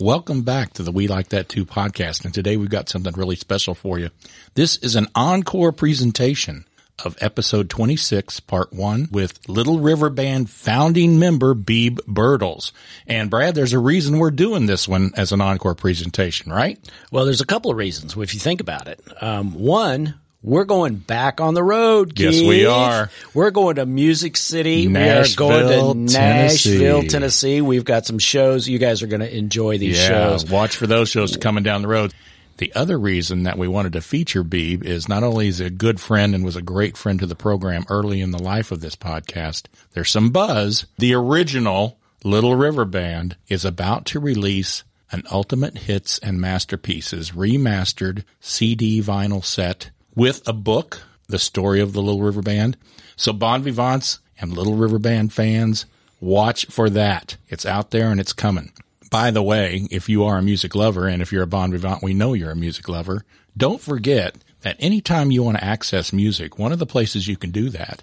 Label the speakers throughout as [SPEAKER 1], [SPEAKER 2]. [SPEAKER 1] Welcome back to the We Like That Too podcast. And today we've got something really special for you. This is an encore presentation of episode 26, part one with Little River Band founding member Beeb Birtles. And Brad, there's a reason we're doing this one as an encore presentation, right?
[SPEAKER 2] Well, there's a couple of reasons if you think about it. Um, one, we're going back on the road.
[SPEAKER 1] Yes,
[SPEAKER 2] Keith.
[SPEAKER 1] we are.
[SPEAKER 2] We're going to Music City.
[SPEAKER 1] Nashville,
[SPEAKER 2] we are going to
[SPEAKER 1] Tennessee.
[SPEAKER 2] Nashville, Tennessee. We've got some shows. You guys are going to enjoy these shows.
[SPEAKER 1] Watch for those shows coming down the road. The other reason that we wanted to feature Beebe is not only is he a good friend and was a great friend to the program early in the life of this podcast, there's some buzz. The original Little River Band is about to release an Ultimate Hits and Masterpieces remastered CD vinyl set with a book, The Story of the Little River Band. So Bon Vivants and Little River Band fans, watch for that. It's out there and it's coming. By the way, if you are a music lover and if you're a bon vivant, we know you're a music lover. Don't forget that anytime you want to access music, one of the places you can do that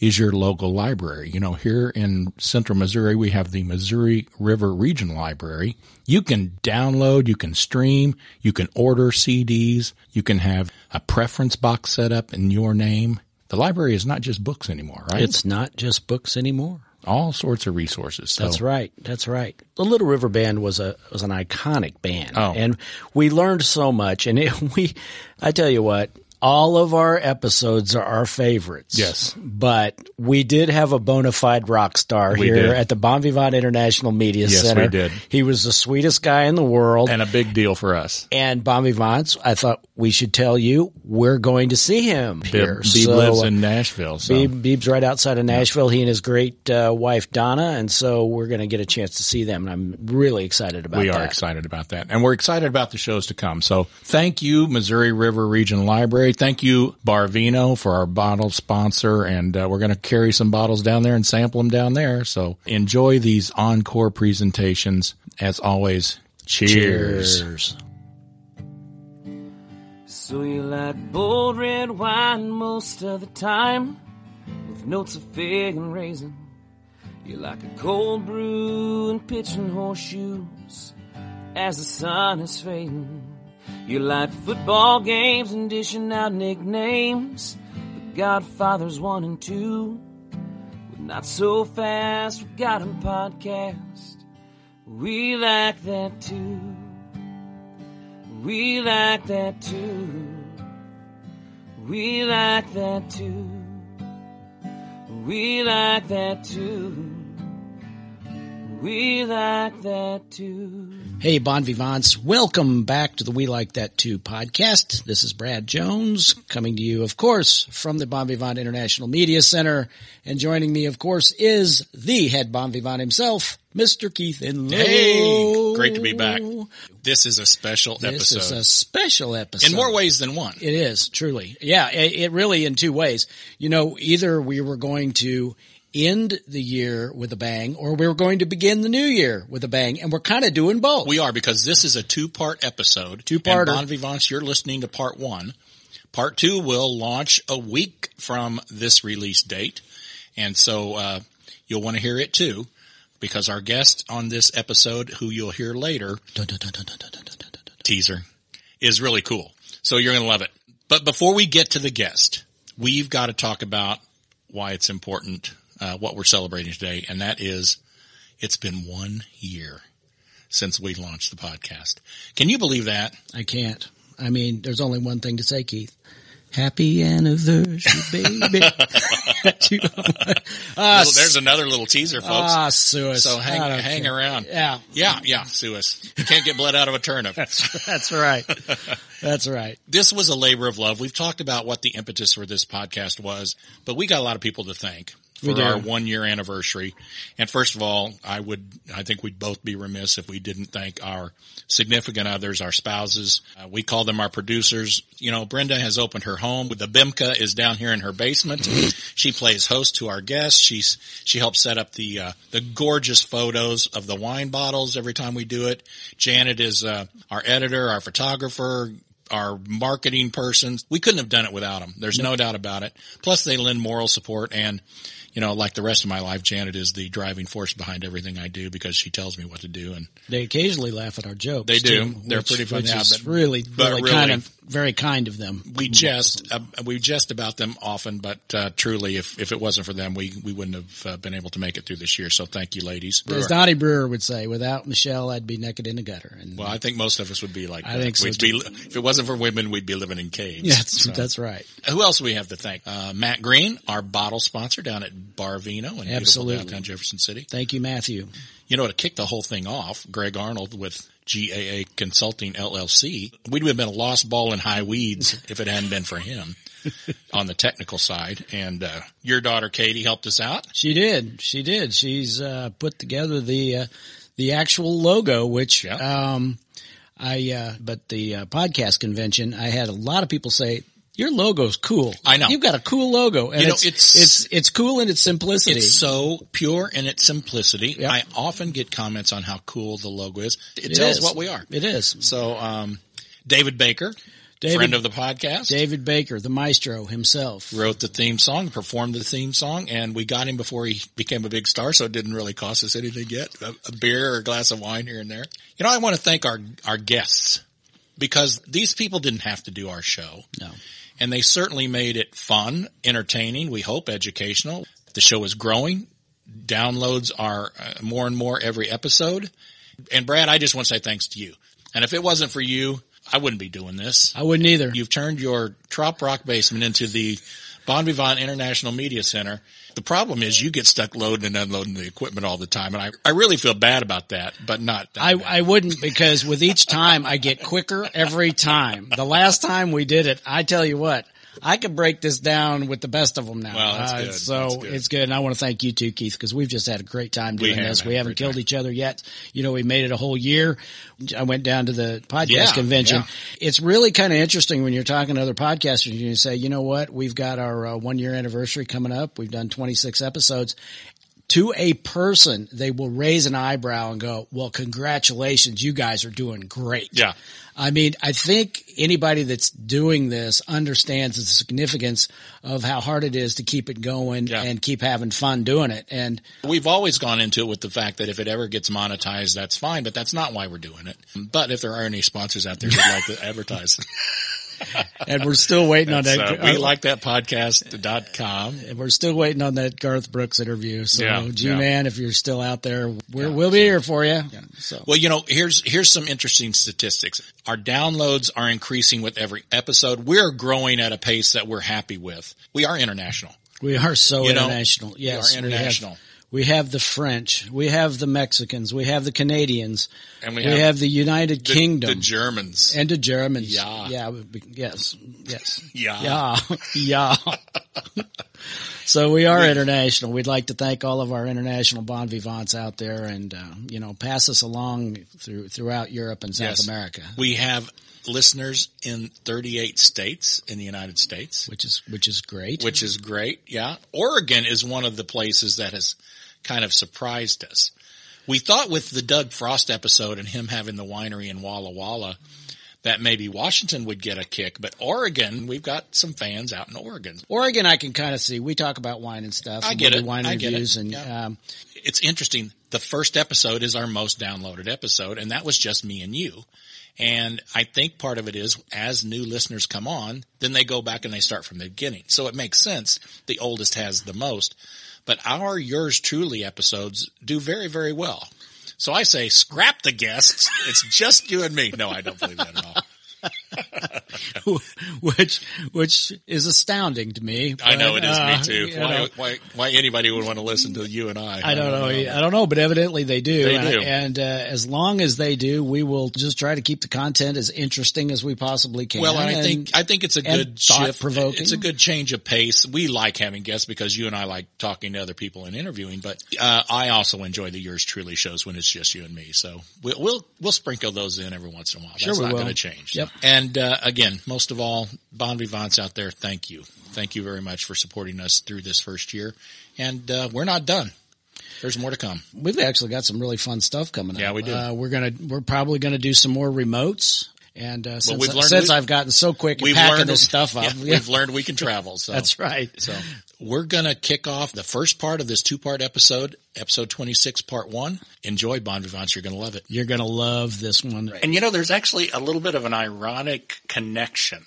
[SPEAKER 1] is your local library. You know, here in central Missouri, we have the Missouri River Region Library. You can download, you can stream, you can order CDs, you can have a preference box set up in your name. The library is not just books anymore, right?
[SPEAKER 2] It's not just books anymore.
[SPEAKER 1] all sorts of resources. So
[SPEAKER 2] That's right. That's right. The Little River Band was a was an iconic band,
[SPEAKER 1] Oh.
[SPEAKER 2] and we learned so much. And it, we, I tell you what, all of our episodes are our favorites.
[SPEAKER 1] Yes.
[SPEAKER 2] but we did have a bona fide rock star
[SPEAKER 1] We
[SPEAKER 2] here
[SPEAKER 1] did.
[SPEAKER 2] at the Bon Vivant International Media
[SPEAKER 1] Yes, we
[SPEAKER 2] Center.
[SPEAKER 1] did.
[SPEAKER 2] He was the sweetest guy in the world. And-
[SPEAKER 1] and a big deal for us.
[SPEAKER 2] Bon Vivants, I thought we should tell you we're going to see him here.
[SPEAKER 1] Beeb
[SPEAKER 2] So, uh,
[SPEAKER 1] lives in Nashville. So.
[SPEAKER 2] Beeb, Beeb's right outside of Nashville. He and his great uh, wife Donna, and so we're going to get a chance to see them, and I'm really excited about.
[SPEAKER 1] we are
[SPEAKER 2] that.
[SPEAKER 1] excited about that. And we're excited about the shows to come. So thank you, Missouri River Region Library. Thank you, Barvino, for our bottle sponsor. And uh, we're going to carry some bottles down there and sample them down there. So enjoy these encore presentations. As always, cheers.
[SPEAKER 2] Cheers.
[SPEAKER 3] So you like bold red wine most of the time with notes of fig and raisin. You like a cold brew and pitching horseshoes as the sun is fading. You like football games and dishing out nicknames. The Godfathers 1 and 2. With Not So Fast, we got 'em podcast. We like that too. We like that too. We like that too. We like that too. We like that too.
[SPEAKER 2] Hey, Bon Vivants, welcome back to the We Like That Too podcast. This is Brad Jones coming to you, of course, from the Bon Vivant International Media Center. And joining me, of course, is the head Bon Vivant himself, Mr. Keith Inlow.
[SPEAKER 4] Hey, great to be back. This is a special
[SPEAKER 2] This
[SPEAKER 4] episode.
[SPEAKER 2] is a special episode.
[SPEAKER 4] in more ways than one.
[SPEAKER 2] It is truly, yeah. It, it really in two ways. You know, either we were going to end the year with a bang, or we were going to begin the new year with a bang, and we're kind of doing both.
[SPEAKER 4] we are because this is a two-part episode.
[SPEAKER 2] Two-parter.
[SPEAKER 4] And Bon Vivants, you're listening to part one. Part two will launch a week from this release date, and so uh, you'll want to hear it too, because our guest on this episode, who you'll hear later,
[SPEAKER 2] Dun, dun, dun, dun, dun, dun, dun, dun, dun, dun.
[SPEAKER 4] teaser is really cool. So you're going to love it. But before we get to the guest, we've got to talk about why it's important, uh, what we're celebrating today. And that is it's been one year since we launched the podcast. Can you believe that?
[SPEAKER 2] I can't. I mean, there's only one thing to say, Keith. Happy anniversary, baby. You- ah,
[SPEAKER 4] Little- there's another little teaser, folks.
[SPEAKER 2] ah, sue us.
[SPEAKER 4] so hang,
[SPEAKER 2] I don't
[SPEAKER 4] hang
[SPEAKER 2] care.
[SPEAKER 4] around.
[SPEAKER 2] Yeah,
[SPEAKER 4] Yeah. Yeah. Sue us. You can't get blood out of a turnip.
[SPEAKER 2] that's right. That's right.
[SPEAKER 4] this was a labor of love. We've talked about what the impetus for this podcast was, but we got a lot of people to thank
[SPEAKER 2] We
[SPEAKER 4] for
[SPEAKER 2] do.
[SPEAKER 4] our one year anniversary. And first of all, I would, I think we'd both be remiss if we didn't thank our significant others, our spouses. Uh, we call them our producers. You know, Brenda has opened her home. The Bimka is down here in her basement. she plays host to our guests. She's, she helps set up the, uh, the gorgeous photos of the wine bottles every time we do it. Janet is, uh, our editor, our photographer,
[SPEAKER 1] our marketing persons. We couldn't have done it without them. There's no doubt about it. Plus they lend moral support and, you know, like the rest of my life, Janet is the driving force behind everything I do because she tells me what to do. And
[SPEAKER 2] They occasionally laugh at our jokes.
[SPEAKER 1] They do.
[SPEAKER 2] too,
[SPEAKER 1] They're
[SPEAKER 2] which-
[SPEAKER 1] pretty funny,
[SPEAKER 2] Which
[SPEAKER 1] yeah,
[SPEAKER 2] is
[SPEAKER 1] but-
[SPEAKER 2] really,
[SPEAKER 1] but
[SPEAKER 2] really,
[SPEAKER 1] really-
[SPEAKER 2] kind of very kind of them.
[SPEAKER 1] we jest, uh, we jest about them often, but, uh, truly if, if it wasn't for them, we, we wouldn't have uh, been able to make it through this year. So thank you ladies.
[SPEAKER 2] As Donnie Brewer would say, without Michelle, I'd be naked in the gutter. And
[SPEAKER 1] Well, I think most of us would be like,
[SPEAKER 2] I
[SPEAKER 1] that.
[SPEAKER 2] think so,
[SPEAKER 1] We'd be, if it wasn't for women, we'd be living in caves.
[SPEAKER 2] yeah, that's,
[SPEAKER 1] So-
[SPEAKER 2] that's right.
[SPEAKER 1] Who else do we have to thank? Uh, Matt Green, our bottle sponsor down at Barvino in
[SPEAKER 2] Absolutely.
[SPEAKER 1] beautiful downtown Jefferson City.
[SPEAKER 2] Thank you, Matthew.
[SPEAKER 1] You know, to kick the whole thing off, Greg Arnold with GAA Consulting LLC, we'd have been a lost ball in high weeds if it hadn't been for him on the technical side. And, uh, your daughter Katie helped us out.
[SPEAKER 2] She did. She did. She's uh, put together the uh, the actual logo, which
[SPEAKER 1] Yeah.
[SPEAKER 2] um, I. Uh, but the uh, podcast convention, I had a lot of people say. Your logo's cool.
[SPEAKER 1] I know.
[SPEAKER 2] You've got a cool logo and
[SPEAKER 1] You know,
[SPEAKER 2] it's,
[SPEAKER 1] it's-
[SPEAKER 2] it's, it's, cool in its simplicity.
[SPEAKER 1] It's so pure in its simplicity.
[SPEAKER 2] Yeah.
[SPEAKER 1] I often get comments on how cool the logo is. It, tells
[SPEAKER 2] is.
[SPEAKER 1] what we are.
[SPEAKER 2] It is.
[SPEAKER 1] So, um, David Baker,
[SPEAKER 2] David-
[SPEAKER 1] friend of the podcast.
[SPEAKER 2] David Baker, the maestro himself.
[SPEAKER 1] wrote the theme song, performed the theme song, and we got him before he became a big star, so it didn't really cost us anything yet. A, a beer or a glass of wine here and there. You know, I want to thank our, our guests because these people didn't have to do our show.
[SPEAKER 2] No.
[SPEAKER 1] And they certainly made it fun, entertaining, we hope educational. The show is growing. Downloads are uh, more and more every episode. And Brad, I just want to say thanks to you. And if it wasn't for you, I wouldn't be doing this.
[SPEAKER 2] I wouldn't either.
[SPEAKER 1] You've turned your Trop Rock basement into the Bon Vivant International Media Center. The problem is you get stuck loading and unloading the equipment all the time. And I, I really feel bad about that, but not that
[SPEAKER 2] I,
[SPEAKER 1] bad.
[SPEAKER 2] I wouldn't because with each time I get quicker every time. The last time we did it, I tell you what, I could break this down with the best of them now. Uh,
[SPEAKER 1] Well, that's good.
[SPEAKER 2] So
[SPEAKER 1] That's good.
[SPEAKER 2] it's good. And I want to thank you too, Keith, because we've just had a great time doing
[SPEAKER 1] have
[SPEAKER 2] this.
[SPEAKER 1] had
[SPEAKER 2] We
[SPEAKER 1] a
[SPEAKER 2] haven't
[SPEAKER 1] great
[SPEAKER 2] killed
[SPEAKER 1] time.
[SPEAKER 2] each other yet. You know, we made it a whole year. I went down to the podcast
[SPEAKER 1] Yeah,
[SPEAKER 2] convention.
[SPEAKER 1] yeah.
[SPEAKER 2] It's really kind of interesting when you're talking to other podcasters and you say, you know what, we've got our uh, one year anniversary coming up. We've done 26 episodes to a person, they will raise an eyebrow and go, well, congratulations. You guys are doing great.
[SPEAKER 1] yeah.
[SPEAKER 2] I mean, I think anybody that's doing this understands the significance of how hard it is to keep it going
[SPEAKER 1] Yeah.
[SPEAKER 2] and keep having fun doing it. And
[SPEAKER 1] We've always gone into it with the fact that if it ever gets monetized, that's fine, but that's not why we're doing it. But if there are any sponsors out there who'd like to advertise,
[SPEAKER 2] and we're still waiting on
[SPEAKER 1] so
[SPEAKER 2] that.
[SPEAKER 1] uh, we like that podcast.com.
[SPEAKER 2] and we're still waiting on that Garth Brooks interview. So,
[SPEAKER 1] Yeah,
[SPEAKER 2] G
[SPEAKER 1] yeah.
[SPEAKER 2] man, if you're still out there, we're, we'll be here for you. So
[SPEAKER 1] Well, you know, here's here's some interesting statistics. Our downloads are increasing with every episode. We're growing at a pace that we're happy with. We are international.
[SPEAKER 2] we are so
[SPEAKER 1] You know,
[SPEAKER 2] international.
[SPEAKER 1] we are
[SPEAKER 2] Yes, we have-
[SPEAKER 1] international.
[SPEAKER 2] We have the French. We have the Mexicans. We have the Canadians.
[SPEAKER 1] And we
[SPEAKER 2] We,
[SPEAKER 1] have
[SPEAKER 2] have, the United
[SPEAKER 1] The-
[SPEAKER 2] Kingdom
[SPEAKER 1] The Germans.
[SPEAKER 2] and the Germans.
[SPEAKER 1] Yeah.
[SPEAKER 2] Yeah. we- we- Yes. Yes.
[SPEAKER 1] Yeah.
[SPEAKER 2] Yeah. Yeah. so we are international. We'd like to thank all of our international bon vivants out there and, uh, you know, pass us along through, throughout Europe and South
[SPEAKER 1] Yes.
[SPEAKER 2] America,
[SPEAKER 1] We have listeners in 38 states in the United States,
[SPEAKER 2] which is, which is great.
[SPEAKER 1] which is great. Yeah. Oregon is one of the places that has kind of surprised us. We thought with the Doug Frost episode and him having the winery in Walla Walla that maybe Washington would get a kick, but Oregon, we've got some fans out in Oregon.
[SPEAKER 2] Oregon, I can kind of see. We talk about wine and stuff.
[SPEAKER 1] I
[SPEAKER 2] and
[SPEAKER 1] get
[SPEAKER 2] we do
[SPEAKER 1] it.
[SPEAKER 2] Wine
[SPEAKER 1] I get it.
[SPEAKER 2] reviews and,
[SPEAKER 1] Yeah.
[SPEAKER 2] um,
[SPEAKER 1] it's interesting. The first episode is our most downloaded episode, and that was just me and you. And I think part of it is as new listeners come on, then they go back and they start from the beginning. So it makes sense. The oldest has the most, but our yours truly episodes do very, very well. So I say scrap the guests. It's just you and me. No, I don't believe that at all.
[SPEAKER 2] which, which is astounding to me.
[SPEAKER 1] I know it
[SPEAKER 2] but,
[SPEAKER 1] is
[SPEAKER 2] uh,
[SPEAKER 1] me
[SPEAKER 2] you
[SPEAKER 1] too. Why,
[SPEAKER 2] know.
[SPEAKER 1] why, why anybody would want to listen to you and I?
[SPEAKER 2] I don't know. I don't know, but evidently they do.
[SPEAKER 1] They
[SPEAKER 2] and
[SPEAKER 1] do.
[SPEAKER 2] and uh, as long as they do, we will just try to keep the content as interesting as we possibly can.
[SPEAKER 1] Well, and I think I think it's a
[SPEAKER 2] and
[SPEAKER 1] good shift.
[SPEAKER 2] thought-provoking.
[SPEAKER 1] It's a good change of pace. We like having guests because you and I like talking to other people and interviewing. But uh, I also enjoy the yours truly shows when it's just you and me. So we, we'll we'll sprinkle those in every once in a while. That's
[SPEAKER 2] we
[SPEAKER 1] not
[SPEAKER 2] will.
[SPEAKER 1] going to change.
[SPEAKER 2] Yep.
[SPEAKER 1] And uh, again, most of all, bon vivants out there, thank you, thank you very much for supporting us through this first year. And uh, we're not done. There's more to come.
[SPEAKER 2] we've actually got some really fun stuff coming up.
[SPEAKER 1] Yeah, we do.
[SPEAKER 2] Uh, we're gonna we're probably gonna do some more remotes.
[SPEAKER 5] And uh, since,
[SPEAKER 1] we've learned
[SPEAKER 5] since
[SPEAKER 1] we-
[SPEAKER 5] I've gotten so quick at
[SPEAKER 1] We've
[SPEAKER 5] packing
[SPEAKER 1] learned-
[SPEAKER 5] this stuff up,
[SPEAKER 1] yeah,
[SPEAKER 5] yeah,
[SPEAKER 1] We've learned we can travel. So
[SPEAKER 5] that's right.
[SPEAKER 1] So we're going to kick off the first part of this two part episode, episode 26, part one. Enjoy Bon Vivants. You're going to love it.
[SPEAKER 5] You're going to love this one.
[SPEAKER 1] And you know, there's actually a little bit of an ironic connection.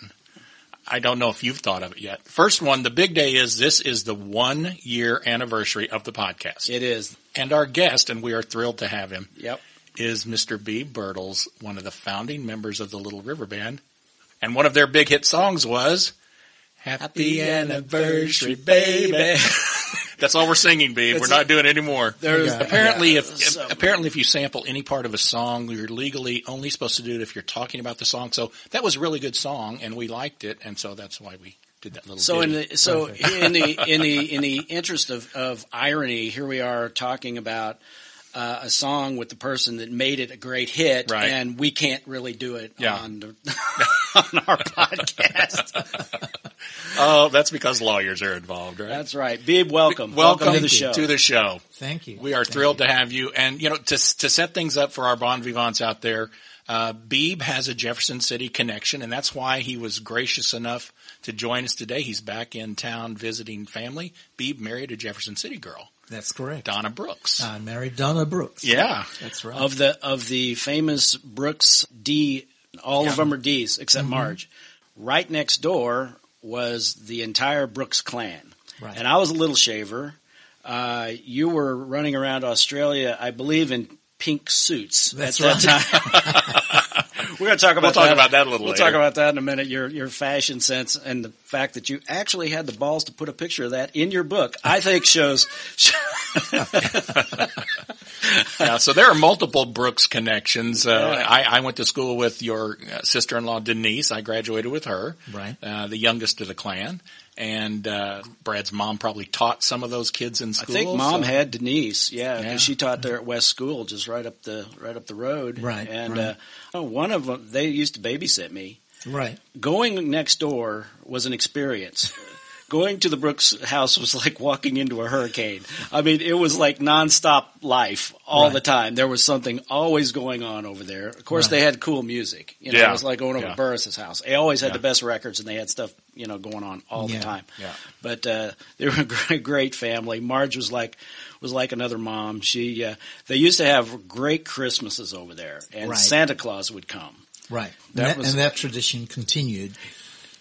[SPEAKER 1] I don't know if you've thought of it yet. First one, the big day is this is the one year anniversary of the podcast.
[SPEAKER 2] It is.
[SPEAKER 1] And our guest, and we are thrilled to have him,
[SPEAKER 2] Yep.
[SPEAKER 1] is Mr. B. Birtles, one of the founding members of the Little River Band. And one of their big hit songs was Happy,
[SPEAKER 2] Happy
[SPEAKER 1] Anniversary,
[SPEAKER 2] anniversary,
[SPEAKER 1] Baby. That's all we're singing, B. We're
[SPEAKER 2] That's
[SPEAKER 1] not doing any more.
[SPEAKER 2] There's
[SPEAKER 1] Apparently,
[SPEAKER 2] yeah,
[SPEAKER 1] if
[SPEAKER 2] so-
[SPEAKER 1] apparently if you sample any part of a song, you're legally only supposed to do it if you're talking about the song. So that was a really good song, and we liked it, and so that's why we did that little.
[SPEAKER 2] so in
[SPEAKER 1] ditty.
[SPEAKER 2] the, so in the in the in the interest of, of irony, here we are talking about uh, a song with the person that made it a great hit,
[SPEAKER 1] Right.
[SPEAKER 2] and we can't really do it
[SPEAKER 1] Yeah.
[SPEAKER 2] on the, on our podcast.
[SPEAKER 1] oh, that's because lawyers are involved, right?
[SPEAKER 2] That's right. Bib, welcome.
[SPEAKER 1] welcome,
[SPEAKER 2] to the show.
[SPEAKER 1] To the show.
[SPEAKER 6] Thank you.
[SPEAKER 1] We are thrilled to have you. And, you know, to, to set things up for our bon vivants out there, uh, Beebe has a Jefferson City connection, and that's why he was gracious enough to join us today. He's back in town visiting family. Beebe married a Jefferson City girl,
[SPEAKER 6] That's correct.
[SPEAKER 1] Donna Brooks.
[SPEAKER 2] Uh,
[SPEAKER 6] I married Donna Brooks.
[SPEAKER 1] yeah.
[SPEAKER 6] That's right.
[SPEAKER 2] of the of the famous Brooks D. All of them are D's
[SPEAKER 1] Mm-hmm.
[SPEAKER 2] except Marge. Right next door was the entire Brooks clan,
[SPEAKER 6] Right.
[SPEAKER 2] and I was a little shaver. Uh, you were running around Australia, I believe, in pink suits
[SPEAKER 6] That's
[SPEAKER 2] at that time. We're going to talk about
[SPEAKER 1] talk
[SPEAKER 2] that.
[SPEAKER 1] about that a little
[SPEAKER 2] We'll
[SPEAKER 1] later.
[SPEAKER 2] talk about that in a minute. Your your fashion sense and the fact that you actually had the balls to put a picture of that in your book, I think shows.
[SPEAKER 1] Yeah, so there are multiple Brooks connections. Uh, I, I went to school with your uh, sister-in-law Denise. I graduated with her,
[SPEAKER 6] Right.
[SPEAKER 1] Uh, the youngest of the clan, and uh, Brad's mom probably taught some of those kids in
[SPEAKER 2] I
[SPEAKER 1] school.
[SPEAKER 2] think mom
[SPEAKER 1] so-
[SPEAKER 2] had Denise, yeah,
[SPEAKER 1] Yeah.
[SPEAKER 2] because she taught there at West School, just right up the right up the road.
[SPEAKER 6] Right,
[SPEAKER 2] and
[SPEAKER 6] right.
[SPEAKER 2] Uh, oh, one of them they used to babysit me.
[SPEAKER 6] right.
[SPEAKER 2] Going next door was an experience. Going to the Brooks house was like walking into a hurricane. I mean, it was like nonstop life all
[SPEAKER 6] Right.
[SPEAKER 2] the time. There was something always going on over there. Of course, they had cool music. You know,
[SPEAKER 1] Yeah.
[SPEAKER 2] it was like going over
[SPEAKER 1] Yeah.
[SPEAKER 2] to Burris's house. They always had
[SPEAKER 1] Yeah.
[SPEAKER 2] the best records, and they had stuff you know going on all
[SPEAKER 6] Yeah.
[SPEAKER 2] the time.
[SPEAKER 1] Yeah.
[SPEAKER 2] But uh, they were a great, great family. Marge was like was like another mom. She uh, they used to have great Christmases over there, and
[SPEAKER 6] Right.
[SPEAKER 2] Santa Claus would come.
[SPEAKER 6] Right. And
[SPEAKER 2] That
[SPEAKER 6] That
[SPEAKER 2] was-
[SPEAKER 6] and that tradition continued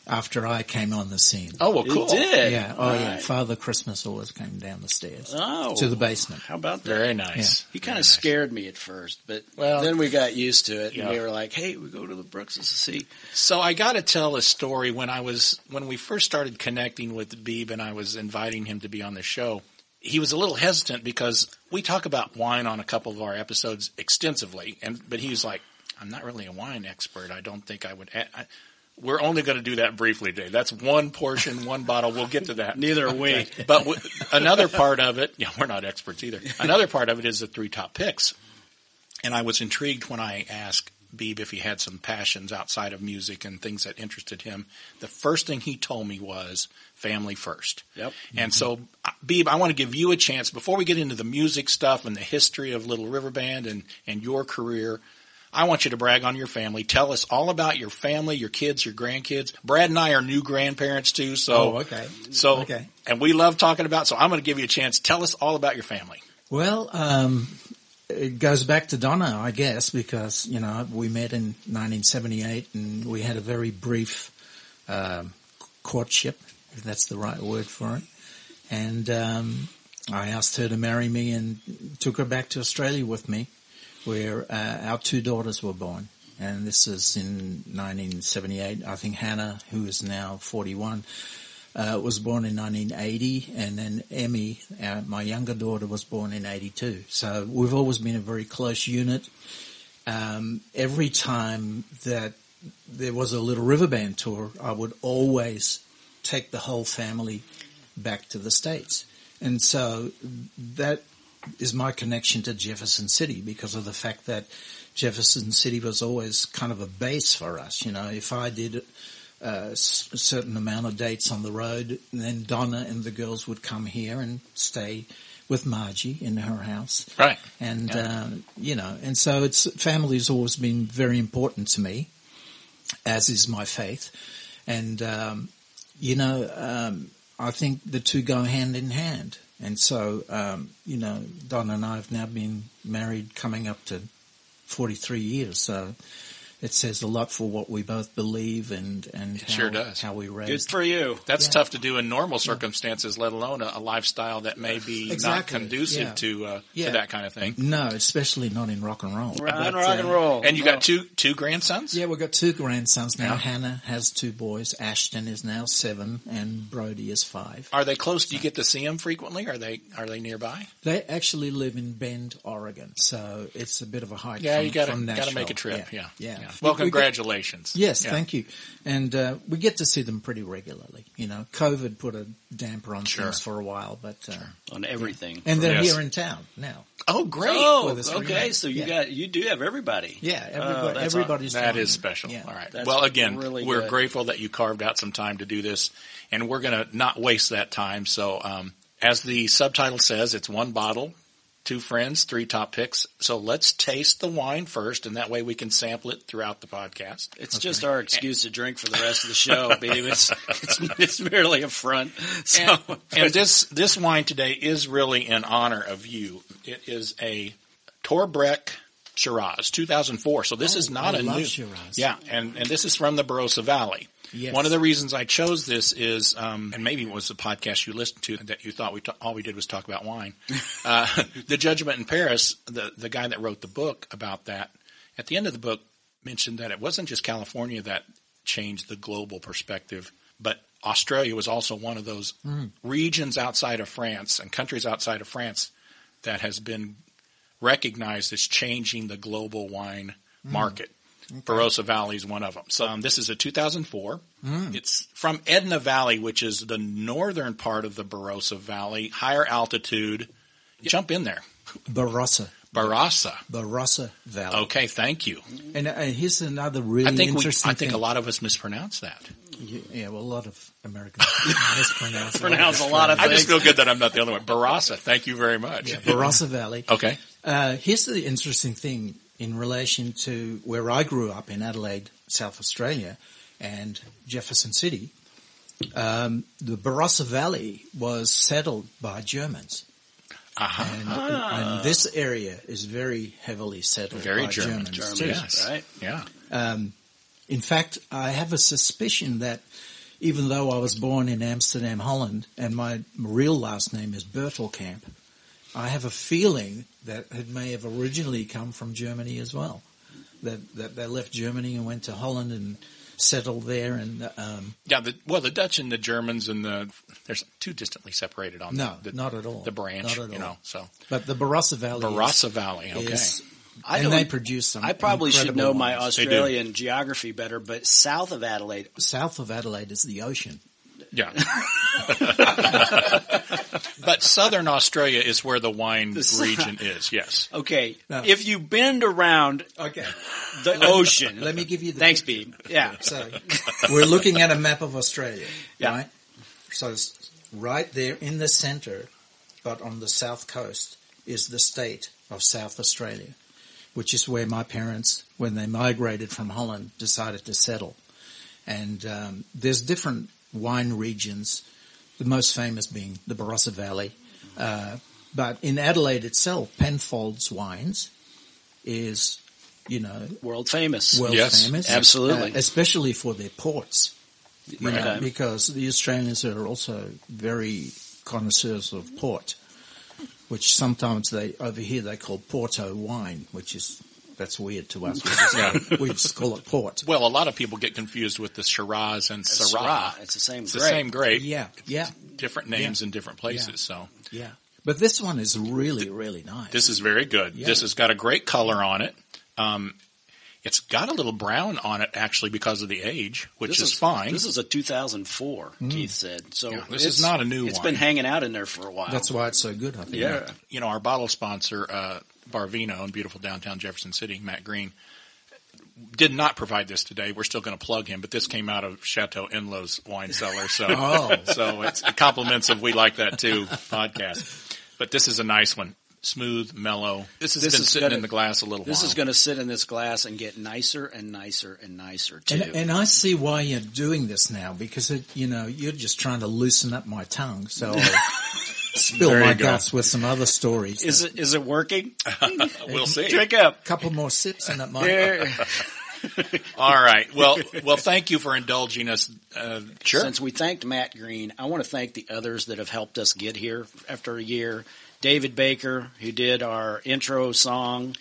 [SPEAKER 6] after I came on the scene.
[SPEAKER 1] Oh, well, cool.
[SPEAKER 2] It did.
[SPEAKER 6] yeah. Oh, yeah.
[SPEAKER 2] Right.
[SPEAKER 6] Father Christmas always came down the stairs
[SPEAKER 2] Oh.
[SPEAKER 6] to the basement.
[SPEAKER 2] How about that?
[SPEAKER 1] Very nice.
[SPEAKER 2] He kind of scared me at first, but
[SPEAKER 1] Well-
[SPEAKER 2] then we got used to it, and
[SPEAKER 1] Yeah.
[SPEAKER 2] we were like, "Hey, we go to the Brooks to see."
[SPEAKER 1] So I got to tell a story when I was when we first started connecting with Beeb and I was inviting him to be on the show. He was a little hesitant because we talk about wine on a couple of our episodes extensively, and but he was like, "I'm not really a wine expert. I don't think I would." a I, we're only going to do that briefly today. That's one portion, one bottle. We'll get to that.
[SPEAKER 2] Neither are we.
[SPEAKER 1] But w- another part of it, yeah, we're not experts either. Another part of it is the three top picks. And I was intrigued when I asked Beebe if he had some passions outside of music and things that interested him. The first thing he told me was family first.
[SPEAKER 2] Yep.
[SPEAKER 6] Mm-hmm.
[SPEAKER 1] And so, uh, Beebe, I want to give you a chance before we get into the music stuff and the history of Little River Band and, and your career. I want you to brag on your family. Tell us all about your family, your kids, your grandkids. Brad and I are new grandparents too, so
[SPEAKER 6] Oh, okay.
[SPEAKER 1] so,
[SPEAKER 6] okay.
[SPEAKER 1] and we love talking about. So I'm going to give you a chance. Tell us all about your family.
[SPEAKER 6] Well, um, it goes back to Donna, I guess, because, you know, we met in 1978 and we had a very brief, um, courtship, if that's the right word for it. And, um, I asked her to marry me and took her back to Australia with me where, uh, our two daughters were born. And this is in 1978. I think Hannah, who is now 41, uh, was born in 1980, and then Emmy, uh, my younger daughter, was born in 82. So we've always been a very close unit. Um, every time that there was a Little River Band tour, I would always take the whole family back to the States. And so that is my connection to Jefferson City because of the fact that Jefferson City was always kind of a base for us. You know, if I did uh, s- a certain amount of dates on the road, then Donna and the girls would come here and stay with Margie in her house. um,
[SPEAKER 1] Right.
[SPEAKER 6] And, uh, you know, and so it's family's always been very important to me. as is my faith. And, um, you know, um, I think the two go hand in hand. And so, um, you know, Don and I have now been married coming up to 43 years. So it says a lot for what we both believe and, and how,
[SPEAKER 1] sure does.
[SPEAKER 6] how we
[SPEAKER 7] Good
[SPEAKER 6] raised.
[SPEAKER 7] for you.
[SPEAKER 1] That's tough to do in normal circumstances, let alone a, a lifestyle that may be
[SPEAKER 6] Exactly,
[SPEAKER 1] not conducive
[SPEAKER 6] yeah.
[SPEAKER 1] to uh,
[SPEAKER 6] Yeah.
[SPEAKER 1] to that kind of thing.
[SPEAKER 6] No, especially not in rock and roll.
[SPEAKER 7] Rock,
[SPEAKER 6] But,
[SPEAKER 7] rock
[SPEAKER 6] uh,
[SPEAKER 7] and roll.
[SPEAKER 1] And you
[SPEAKER 7] No.
[SPEAKER 1] got two two grandsons.
[SPEAKER 6] Yeah, we've got two grandsons now. Hannah has two boys. Ashton is now seven and Brody is five.
[SPEAKER 1] Are they close? Do you get to see them frequently? Are they are they nearby?
[SPEAKER 6] They actually live in Bend, Oregon, so it's a bit of a hike.
[SPEAKER 1] Yeah,
[SPEAKER 6] from,
[SPEAKER 1] you got to
[SPEAKER 6] from
[SPEAKER 1] got to
[SPEAKER 6] Nashville.
[SPEAKER 1] make a trip. Yeah,
[SPEAKER 6] yeah.
[SPEAKER 1] Well,
[SPEAKER 6] We- we get-
[SPEAKER 1] congratulations.
[SPEAKER 6] Yes,
[SPEAKER 1] Yeah.
[SPEAKER 6] thank you. And uh, we get to see them pretty regularly. You know, COVID put a damper on
[SPEAKER 1] Sure.
[SPEAKER 6] things for a while, but uh,
[SPEAKER 7] Oh, on everything.
[SPEAKER 6] and they're
[SPEAKER 1] Yes.
[SPEAKER 6] here in town now.
[SPEAKER 1] Oh, great.
[SPEAKER 7] Oh,
[SPEAKER 6] with us right
[SPEAKER 7] okay.
[SPEAKER 6] now.
[SPEAKER 7] So you
[SPEAKER 6] Yeah.
[SPEAKER 7] got you do have everybody.
[SPEAKER 1] Uh,
[SPEAKER 6] Yeah,
[SPEAKER 7] Oh,
[SPEAKER 6] everybody,
[SPEAKER 7] that's
[SPEAKER 6] everybody's
[SPEAKER 1] That
[SPEAKER 6] fine.
[SPEAKER 1] is special.
[SPEAKER 6] Yeah.
[SPEAKER 1] All right.
[SPEAKER 7] That's
[SPEAKER 1] well, again,
[SPEAKER 7] really
[SPEAKER 1] we're
[SPEAKER 7] good.
[SPEAKER 1] grateful that you carved out some time to do this, and we're going to not waste that time. So, um, as the subtitle says, it's one bottle, two friends, three top picks. So let's taste the wine first, and that way we can sample it throughout the podcast.
[SPEAKER 7] It's just our excuse to drink for the rest of the show, babe. It's, it's, it's merely a front. So
[SPEAKER 1] and this this wine today is really in honor of you. It is a Torbreck Shiraz, 2004. So this
[SPEAKER 6] Oh,
[SPEAKER 1] is not
[SPEAKER 6] I
[SPEAKER 1] a
[SPEAKER 6] love
[SPEAKER 1] new
[SPEAKER 6] Shiraz.
[SPEAKER 1] Yeah, and and this is from the Barossa Valley.
[SPEAKER 6] Yes.
[SPEAKER 1] One of the reasons I chose this is, um, and maybe it was the podcast you listened to that you thought we ta- all we did was talk about wine. Uh, the Judgment in Paris, the the guy that wrote the book about that, at the end of the book mentioned that it wasn't just California that changed the global perspective, but Australia was also one of those regions outside of France and countries outside of France that has been recognized as changing the global wine market. Barossa Valley is one of them. So um, this is a 2004.
[SPEAKER 6] Mm.
[SPEAKER 1] It's from Edna Valley, which is the northern part of the Barossa Valley, higher altitude. Jump in there.
[SPEAKER 6] Barossa,
[SPEAKER 1] Barossa.
[SPEAKER 6] Barossa Valley.
[SPEAKER 1] Okay, thank you.
[SPEAKER 6] And uh, here's another really
[SPEAKER 1] I think we, I
[SPEAKER 6] interesting
[SPEAKER 1] think a
[SPEAKER 6] thing.
[SPEAKER 1] lot of us mispronounce that.
[SPEAKER 6] Yeah, well, a lot of Americans mispronounce it.
[SPEAKER 7] pronounce a lot of
[SPEAKER 1] I
[SPEAKER 7] things.
[SPEAKER 1] just feel good that I'm not the only one. Barossa, thank you very much.
[SPEAKER 6] Yeah, Barossa Valley.
[SPEAKER 1] Okay.
[SPEAKER 6] Uh, here's the interesting thing in relation to where I grew up in Adelaide, South Australia, and Jefferson City. Um, the Barossa Valley was settled by Germans,
[SPEAKER 1] Uh-huh.
[SPEAKER 6] and, and this area is very heavily settled
[SPEAKER 1] Very
[SPEAKER 6] by
[SPEAKER 1] German.
[SPEAKER 6] Germans.
[SPEAKER 7] Germans,
[SPEAKER 6] too.
[SPEAKER 1] Yes.
[SPEAKER 7] right?
[SPEAKER 1] Yeah.
[SPEAKER 6] Um, In fact, I have a suspicion that even though I was born in Amsterdam, Holland, and my real last name is Bertelkamp, I have a feeling that it may have originally come from Germany as well. That that they left Germany and went to Holland and settled there. And um,
[SPEAKER 1] Yeah, the, well, the Dutch and the Germans and the they're too distantly separated on
[SPEAKER 6] no,
[SPEAKER 1] the,
[SPEAKER 6] not at all.
[SPEAKER 1] the branch,
[SPEAKER 6] not at
[SPEAKER 1] you
[SPEAKER 6] all.
[SPEAKER 1] know. So
[SPEAKER 6] But the Barossa Valley. is-
[SPEAKER 1] Barossa Valley, okay.
[SPEAKER 6] is-
[SPEAKER 7] I
[SPEAKER 6] and
[SPEAKER 7] don't-
[SPEAKER 6] they produce some.
[SPEAKER 7] I probably should
[SPEAKER 6] incredible
[SPEAKER 7] know my
[SPEAKER 6] wines.
[SPEAKER 1] They do.
[SPEAKER 7] Australian geography better, but south of Adelaide,
[SPEAKER 6] South of Adelaide is the ocean.
[SPEAKER 1] Yeah. but southern Australia is where the wine
[SPEAKER 7] sou-
[SPEAKER 1] region is. Yes.
[SPEAKER 7] okay,
[SPEAKER 6] No.
[SPEAKER 7] if you bend around
[SPEAKER 6] Okay,
[SPEAKER 7] the ocean,
[SPEAKER 6] let me give you the
[SPEAKER 7] Thanks, B. Yeah,
[SPEAKER 6] So we're looking at a map of Australia,
[SPEAKER 7] Yeah.
[SPEAKER 6] right? So it's right there in the center, but on the south coast is the state of South Australia, which is where my parents, when they migrated from Holland, decided to settle. And um, there's different wine regions, the most famous being the Barossa Valley. Uh, but in Adelaide itself, Penfolds Wines is, you know,
[SPEAKER 7] world famous.
[SPEAKER 6] world
[SPEAKER 1] Yes,
[SPEAKER 6] famous.
[SPEAKER 7] absolutely.
[SPEAKER 6] Uh, especially for their ports. You
[SPEAKER 7] Right.
[SPEAKER 6] know,
[SPEAKER 7] Okay.
[SPEAKER 6] because the Australians are also very connoisseurs of port, which sometimes they over here they call Porto wine, which is that's weird to us. We just,
[SPEAKER 1] Yeah.
[SPEAKER 6] we just call it port.
[SPEAKER 1] Well, a lot of people get confused with the Shiraz and Syrah.
[SPEAKER 7] Syrah. It's the same
[SPEAKER 1] It's the
[SPEAKER 7] grape.
[SPEAKER 1] same grape,
[SPEAKER 6] Yeah, yeah,
[SPEAKER 1] different names in different places. So
[SPEAKER 6] yeah. But this one is really, really nice.
[SPEAKER 1] this is very good.
[SPEAKER 6] Yeah.
[SPEAKER 1] This has got a great color on it. Um, it's got a little brown on it actually because of the age, which
[SPEAKER 7] This
[SPEAKER 1] is, fine. Mm.
[SPEAKER 7] This is a 2004, Keith said. So
[SPEAKER 1] Yeah, this
[SPEAKER 7] it's-
[SPEAKER 1] is not a new
[SPEAKER 7] It's
[SPEAKER 1] wine.
[SPEAKER 7] been hanging out in there for a while.
[SPEAKER 6] that's why it's so good. I think.
[SPEAKER 7] yeah.
[SPEAKER 1] you know, our bottle sponsor, uh, Barvino in beautiful downtown Jefferson City, Matt Green, did not provide this today. We're still going to plug him, but this came out of Chateau Enlow's wine cellar. So,
[SPEAKER 6] Oh.
[SPEAKER 1] so it's compliments of We Like That Too podcast. But this is a nice one. smooth, mellow. This has
[SPEAKER 2] This
[SPEAKER 1] been
[SPEAKER 2] is
[SPEAKER 1] sitting
[SPEAKER 2] gonna-
[SPEAKER 1] in the glass a little
[SPEAKER 2] This
[SPEAKER 1] while.
[SPEAKER 2] is going to sit in this glass and get nicer and nicer and nicer too.
[SPEAKER 6] And, and I see why you're doing this now because it, you know you're just trying to loosen up my tongue, so I spill
[SPEAKER 1] There
[SPEAKER 6] my
[SPEAKER 1] you go.
[SPEAKER 6] guts with some other stories.
[SPEAKER 2] is it is it working?
[SPEAKER 1] we'll see.
[SPEAKER 2] Drink up.
[SPEAKER 6] a couple more sips and it might.
[SPEAKER 2] There.
[SPEAKER 1] All right. Well, well, thank you for indulging us. Uh, sure.
[SPEAKER 2] Since we thanked Matt Green, I want to thank the others that have helped us get here after a year. David Baker, who did our intro song.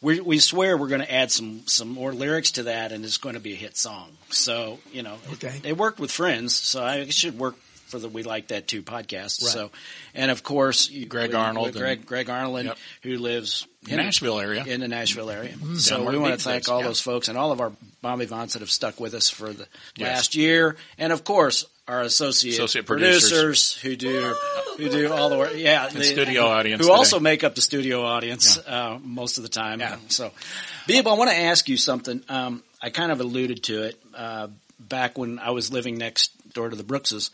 [SPEAKER 2] We, we swear we're going to add some, some more lyrics to that, and it's going to be a hit song. So, you know, it-
[SPEAKER 6] Okay.
[SPEAKER 2] it, worked with friends, so I, it should work for the We Like That Too podcast. So, and of course, you-
[SPEAKER 1] Greg
[SPEAKER 2] we-
[SPEAKER 1] Arnold and-
[SPEAKER 2] Greg, Greg Arnold,
[SPEAKER 1] Yep.
[SPEAKER 2] who lives in
[SPEAKER 1] Nashville area.
[SPEAKER 2] in the Nashville area. So
[SPEAKER 1] Mm-hmm. where
[SPEAKER 2] we
[SPEAKER 1] the
[SPEAKER 2] want
[SPEAKER 1] beach
[SPEAKER 2] to thank
[SPEAKER 1] is,
[SPEAKER 2] all
[SPEAKER 1] yeah.
[SPEAKER 2] those folks and all of our bomb vivants that have stuck with us for the
[SPEAKER 1] Yes.
[SPEAKER 2] last year, and of course our associate,
[SPEAKER 1] Associate
[SPEAKER 2] producers. who do who do all the work. Yeah, the
[SPEAKER 1] studio audience
[SPEAKER 2] who
[SPEAKER 1] today.
[SPEAKER 2] also make up the studio audience uh, most of the time.
[SPEAKER 1] Yeah.
[SPEAKER 2] So, Beeb, I want to ask you something. Um, I kind of alluded to it uh, back when I was living next door to the Brookses.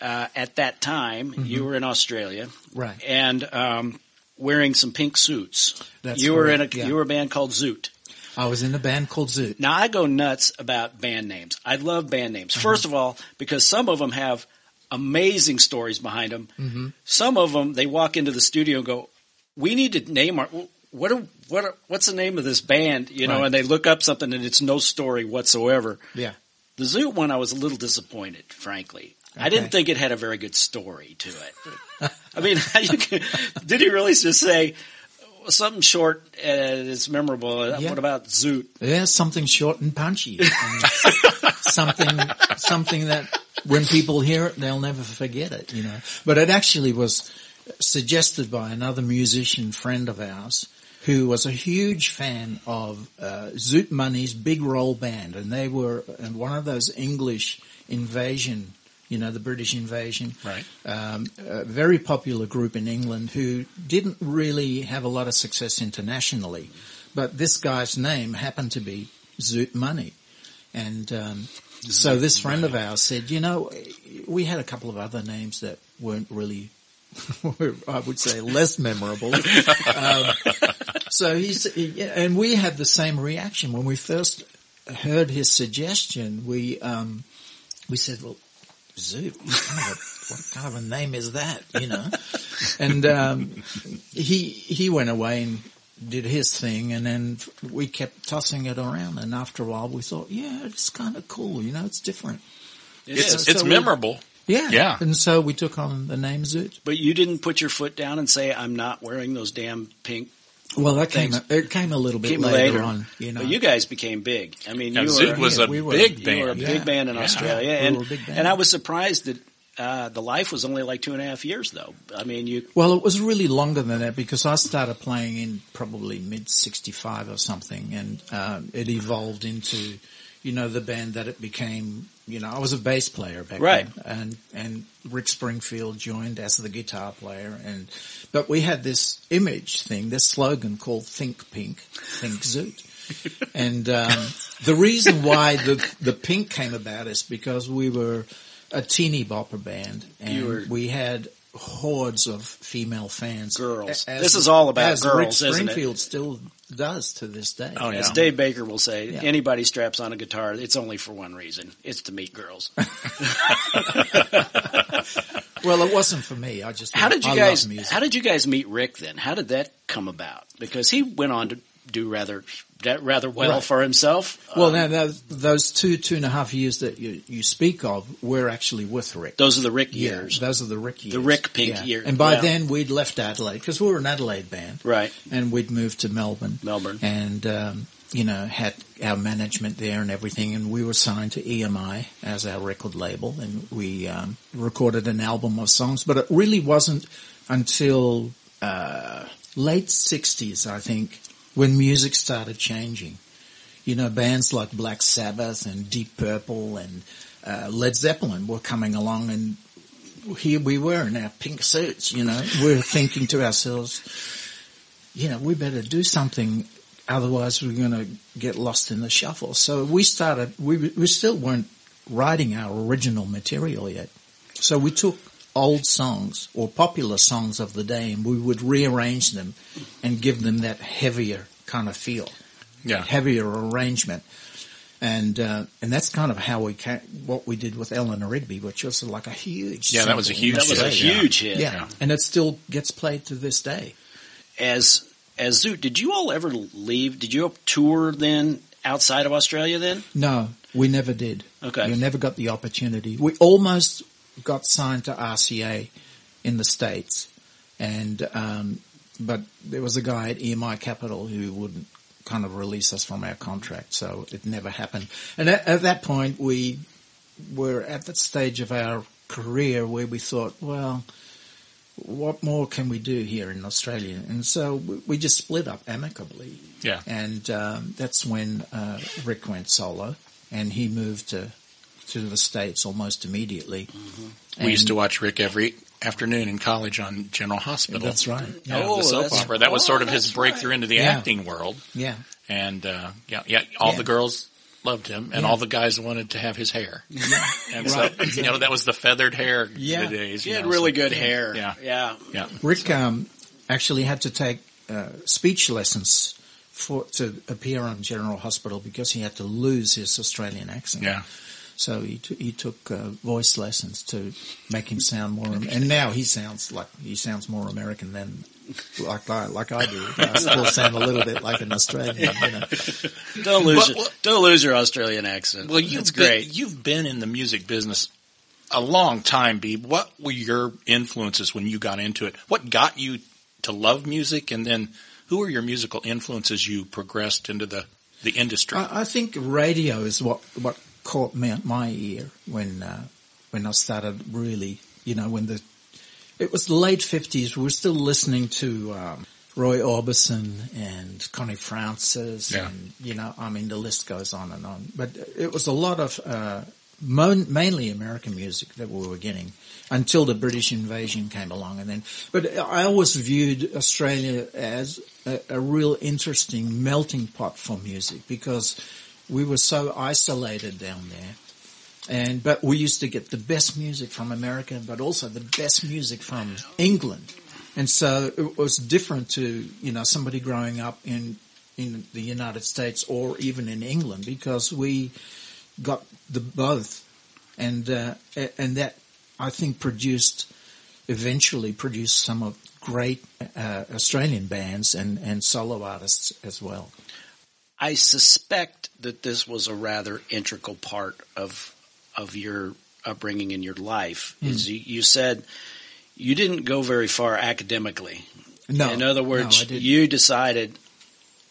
[SPEAKER 2] Uh, at that time,
[SPEAKER 1] Mm-hmm.
[SPEAKER 2] you were in Australia,
[SPEAKER 6] Right.
[SPEAKER 2] And um, wearing some pink suits.
[SPEAKER 6] That's
[SPEAKER 2] you were in a
[SPEAKER 6] correct, yeah.
[SPEAKER 2] you were a band called Zoot.
[SPEAKER 6] I was in a band called Zoot.
[SPEAKER 2] Now I go nuts about band names. I love band names.
[SPEAKER 6] Uh-huh.
[SPEAKER 2] First of all, because some of them have amazing stories behind them.
[SPEAKER 6] Mm-hmm.
[SPEAKER 2] Some of them they walk into the studio and go, "We need to name our what are, what are, what's the name of this band?" You know,
[SPEAKER 6] Right.
[SPEAKER 2] and they look up something and it's no story whatsoever.
[SPEAKER 6] Yeah.
[SPEAKER 2] The Zoot one, I was a little disappointed, frankly. I
[SPEAKER 6] Okay.
[SPEAKER 2] didn't think it had a very good story to it. I mean, you can, did he really just say something short and it's memorable? Uh,
[SPEAKER 6] Yeah.
[SPEAKER 2] What about Zoot?
[SPEAKER 6] Yeah, something short and punchy. And something, something that when people hear it, they'll never forget it, you know. But it actually was suggested by another musician friend of ours who was a huge fan of uh, Zoot Money's Big Roll Band and they were uh, one of those English invasion, you know, the British invasion.
[SPEAKER 1] Right.
[SPEAKER 6] Um, a very popular group in England who didn't really have a lot of success internationally but this guy's name happened to be Zoot Money. And um, so this friend of ours said, you know, we had a couple of other names that weren't really, were, I would say, less memorable. um, so he's, and we had the same reaction when we first heard his suggestion. We um, we said, well, Zoot, what kind of a, what kind of a name is that? You know, and um, he he went away and did his thing, and then we kept tossing it around. And after a while, we thought, yeah, it's kind of cool. You know, it's different.
[SPEAKER 1] it's
[SPEAKER 6] is.
[SPEAKER 1] it's
[SPEAKER 6] So we-
[SPEAKER 1] memorable.
[SPEAKER 6] Yeah,
[SPEAKER 1] Yeah.
[SPEAKER 6] And so we took on the name Zoot.
[SPEAKER 2] But you didn't put your foot down and say, "I'm not wearing those damn pink."
[SPEAKER 6] Well, that came
[SPEAKER 2] Thanks.
[SPEAKER 6] it came a little bit
[SPEAKER 2] Came
[SPEAKER 6] later,
[SPEAKER 2] later.
[SPEAKER 6] on. You know,
[SPEAKER 2] But you guys became big. I mean,
[SPEAKER 1] Yeah,
[SPEAKER 2] you
[SPEAKER 1] Zoot
[SPEAKER 2] were,
[SPEAKER 1] was
[SPEAKER 6] yeah,
[SPEAKER 1] a
[SPEAKER 6] we were-
[SPEAKER 1] big
[SPEAKER 2] you
[SPEAKER 1] band.
[SPEAKER 2] were a big
[SPEAKER 6] yeah.
[SPEAKER 2] band in Australia,
[SPEAKER 6] We
[SPEAKER 2] and
[SPEAKER 6] were a big band.
[SPEAKER 2] and I was surprised that uh, the life was only like two and a half years, though. I mean, you
[SPEAKER 6] Well, it was really longer than that because I started playing in probably mid '65 or something, and um, it evolved into, you know, the band that it became. You know, I was a bass player back
[SPEAKER 2] Right.
[SPEAKER 6] then, and and Rick Springfield joined as the guitar player, and but we had this image thing, this slogan called "Think Pink, Think Zoot." and um, the reason why the the pink came about is because we were a teeny bopper band, and
[SPEAKER 2] You were-
[SPEAKER 6] we had hordes of female fans.
[SPEAKER 2] Girls.
[SPEAKER 6] A-
[SPEAKER 2] This is all about
[SPEAKER 6] as Rick
[SPEAKER 2] girls, isn't it?
[SPEAKER 6] Springfield still does to this day.
[SPEAKER 1] Oh, yeah.
[SPEAKER 2] As Dave Baker will say,
[SPEAKER 6] Um, Yeah.
[SPEAKER 2] anybody straps on a guitar, it's only for one reason. It's to meet girls.
[SPEAKER 6] Well, it wasn't for me. I just
[SPEAKER 2] How did you
[SPEAKER 6] I love
[SPEAKER 2] guys
[SPEAKER 6] music.
[SPEAKER 2] how did you guys meet Rick then? How did that come about? Because he went on to do rather that rather well
[SPEAKER 6] Right.
[SPEAKER 2] for himself.
[SPEAKER 6] well,
[SPEAKER 2] Um,
[SPEAKER 6] now those, those two two and a half years that you you speak of were actually with Rick.
[SPEAKER 2] those are the Rick
[SPEAKER 6] Yeah,
[SPEAKER 2] years.
[SPEAKER 6] those are the Rick years.
[SPEAKER 2] Rick Pink years,
[SPEAKER 6] And by
[SPEAKER 2] yeah.
[SPEAKER 6] then we'd left Adelaide because we were an Adelaide band.
[SPEAKER 2] Right.
[SPEAKER 6] and we'd moved to Melbourne.
[SPEAKER 2] Melbourne.
[SPEAKER 6] And, um, you know, had our management there and everything. And we were signed to EMI as our record label and we, um, recorded an album of songs, but it really wasn't until, uh, late sixties, I think, when music started changing. You know, bands like Black Sabbath and Deep Purple and, uh, Led Zeppelin were coming along and here we were in our pink suits, you know, we're thinking to ourselves, you know, we better do something. Otherwise we're going to get lost in the shuffle. So we started, we, we still weren't writing our original material yet. So we took old songs or popular songs of the day and we would rearrange them and give them that heavier kind of feel,
[SPEAKER 1] Yeah.
[SPEAKER 6] heavier arrangement. And, uh, and that's kind of how we ca- what we did with Eleanor Rigby, which was like a huge.
[SPEAKER 1] Yeah, that was a
[SPEAKER 6] sample.
[SPEAKER 1] huge
[SPEAKER 2] That was a
[SPEAKER 1] hit, yeah.
[SPEAKER 2] huge hit.
[SPEAKER 6] Yeah. And it still gets played to this day.
[SPEAKER 2] As as Zoot, did you all ever leave? Did you tour then outside of Australia then?
[SPEAKER 6] No, we never did.
[SPEAKER 2] Okay.
[SPEAKER 6] We never got the opportunity. We almost got signed to RCA in the States. And, um, but there was a guy at EMI Capital who wouldn't kind of release us from our contract. So it never happened. And at, at that point, we were at that stage of our career where we thought, well, what more can we do here in Australia? And so we, we just split up amicably.
[SPEAKER 1] Yeah.
[SPEAKER 6] And um, that's when uh, Rick went solo, and he moved to to the states almost immediately.
[SPEAKER 1] Mm-hmm. We used to watch Rick every afternoon in college on General Hospital. Uh, Oh.
[SPEAKER 6] That's right. Yeah.
[SPEAKER 1] the soap opera. That was sort of his breakthrough into the
[SPEAKER 6] Yeah.
[SPEAKER 1] acting world.
[SPEAKER 6] Yeah.
[SPEAKER 1] And uh, yeah, yeah, all
[SPEAKER 6] Yeah.
[SPEAKER 1] the girls loved him, and all the guys wanted to have his hair. And so, you know, that was the feathered hair
[SPEAKER 6] Yeah.
[SPEAKER 1] the days.
[SPEAKER 2] She
[SPEAKER 1] you
[SPEAKER 2] had
[SPEAKER 1] know,
[SPEAKER 2] really
[SPEAKER 1] so-
[SPEAKER 2] good hair.
[SPEAKER 1] Yeah.
[SPEAKER 2] Yeah.
[SPEAKER 1] Yeah,
[SPEAKER 6] Rick um, actually had to take uh, speech lessons for to appear on General Hospital because he had to lose his Australian accent.
[SPEAKER 1] yeah.
[SPEAKER 6] So he t- he took uh, voice lessons to make him sound more. Am- and now he sounds like he sounds more American than like I like I do. I still sound a little bit like an Australian. You know.
[SPEAKER 2] Don't lose
[SPEAKER 1] Well,
[SPEAKER 2] your,
[SPEAKER 1] well-
[SPEAKER 2] don't lose your Australian accent.
[SPEAKER 1] Well, you've
[SPEAKER 2] That's
[SPEAKER 1] been,
[SPEAKER 2] great.
[SPEAKER 1] You've been in the music business a long time, B. What were your influences when you got into it? What got you to love music, and then who were your musical influences you progressed into the the industry?
[SPEAKER 6] I, I think radio is what what caught me, my ear when uh, when I started really. You know, when the it was the late fifties, we were still listening to um, Roy Orbison and Connie Francis,
[SPEAKER 1] Yeah.
[SPEAKER 6] and you know, I mean, the list goes on and on. But it was a lot of uh, mon- mainly American music that we were getting until the British invasion came along, and then. But I always viewed Australia as a, a real interesting melting pot for music because we were so isolated down there. And but we used to get the best music from America, but also the best music from England. And so it was different to you know somebody growing up in in the United States or even in England because we got the both, and uh, a- and that I think produced eventually produced some of great uh, Australian bands and and solo artists as well.
[SPEAKER 2] I suspect that this was a rather integral part of of your upbringing in your life.
[SPEAKER 6] Hmm.
[SPEAKER 2] Is you, you said you didn't go very far academically.
[SPEAKER 6] No,
[SPEAKER 2] in other
[SPEAKER 6] no, I
[SPEAKER 2] words,
[SPEAKER 6] didn't.
[SPEAKER 2] you decided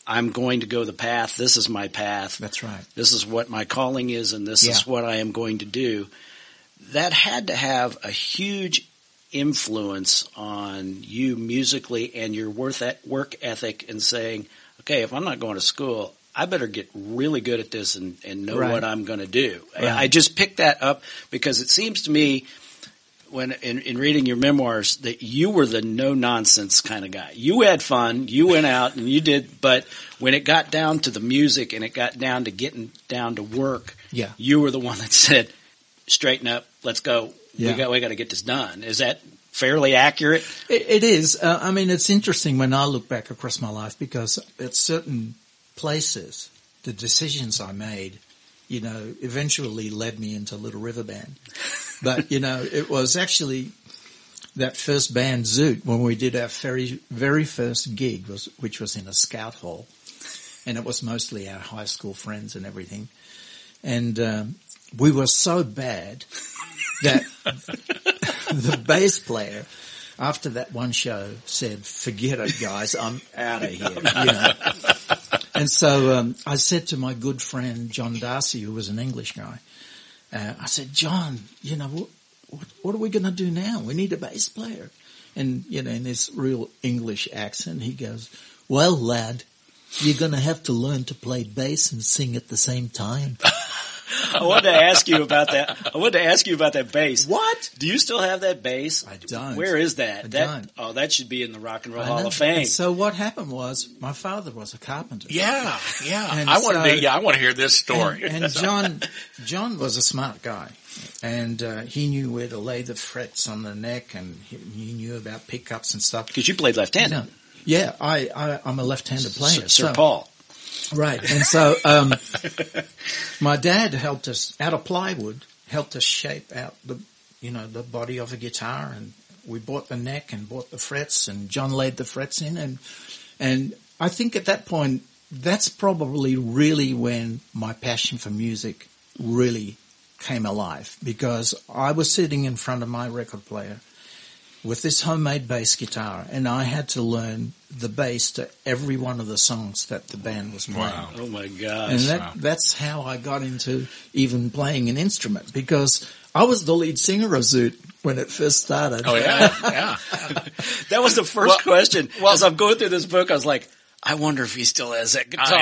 [SPEAKER 2] I'm going to go the path. This is my path.
[SPEAKER 6] that's right.
[SPEAKER 2] this is what my calling is and this
[SPEAKER 6] Yeah.
[SPEAKER 2] is what I am going to do. That had to have a huge influence on you musically and your worth e-, work ethic and saying, okay, if I'm not going to school, I better get really good at this and, and know
[SPEAKER 6] Right.
[SPEAKER 2] what I'm going to do. I-
[SPEAKER 6] Right.
[SPEAKER 2] I just picked that up because it seems to me when in, in reading your memoirs that you were the no nonsense kind of guy. You had fun, you went out and you did, but when it got down to the music and it got down to getting down to work,
[SPEAKER 6] Yeah.
[SPEAKER 2] you were the one that said, "Straighten up, let's go.
[SPEAKER 6] Yeah.
[SPEAKER 2] We got we got to get this done." Is that fairly accurate?
[SPEAKER 6] It, it is. Uh, I mean, it's interesting when I look back across my life because at certain places, the decisions I made, you know, eventually led me into Little River Band. But, you know, it was actually that first band Zoot when we did our very, very first gig was, which was in a scout hall and it was mostly our high school friends and everything. And, um, we were so bad that the bass player after that one show said, forget it guys, I'm out of here. you know. And so, um, I said to my good friend John Darcy, who was an English guy, uh, I said, John, you know, what, what, what are we going to do now? We need a bass player. And, you know, in this real English accent, he goes, well lad, you're going to have to learn to play bass and sing at the same time.
[SPEAKER 2] I wanted to ask you about that. I wanted to ask you about that bass.
[SPEAKER 6] What?
[SPEAKER 2] Do you still have that bass?
[SPEAKER 6] I don't.
[SPEAKER 2] Where is that?
[SPEAKER 6] I
[SPEAKER 2] that
[SPEAKER 6] don't.
[SPEAKER 2] oh, that should be in the Rock and Roll
[SPEAKER 6] I
[SPEAKER 2] Hall
[SPEAKER 6] know.
[SPEAKER 2] of Fame.
[SPEAKER 6] And so what happened was my father was a carpenter.
[SPEAKER 1] Yeah, yeah.
[SPEAKER 6] And
[SPEAKER 1] I want
[SPEAKER 6] so-
[SPEAKER 1] to. Yeah, I want to hear this story.
[SPEAKER 6] And, and John, John was a smart guy, and uh, he knew where to lay the frets on the neck, and he, he knew about pickups and stuff.
[SPEAKER 2] Because you played left-handed,
[SPEAKER 6] No. Yeah, I, I I'm a left-handed player.
[SPEAKER 2] Sir, Sir
[SPEAKER 6] so-
[SPEAKER 2] Paul.
[SPEAKER 6] Right. And so um, my dad helped us out of plywood, helped us shape out the you know the body of a guitar, and we bought the neck and bought the frets, and John laid the frets in, and and I think at that point that's probably really when my passion for music really came alive because I was sitting in front of my record player with this homemade bass guitar, and I had to learn the bass to every one of the songs that the band was playing.
[SPEAKER 1] Wow.
[SPEAKER 2] Oh my gosh.
[SPEAKER 6] And that, that's how I got into even playing an instrument because I was the lead singer of Zoot when it first started.
[SPEAKER 1] oh yeah, yeah.
[SPEAKER 2] That was the first
[SPEAKER 1] Well-
[SPEAKER 2] question.
[SPEAKER 1] well-
[SPEAKER 2] As I'm going through this book, I was like, I wonder if he still has that guitar.
[SPEAKER 1] I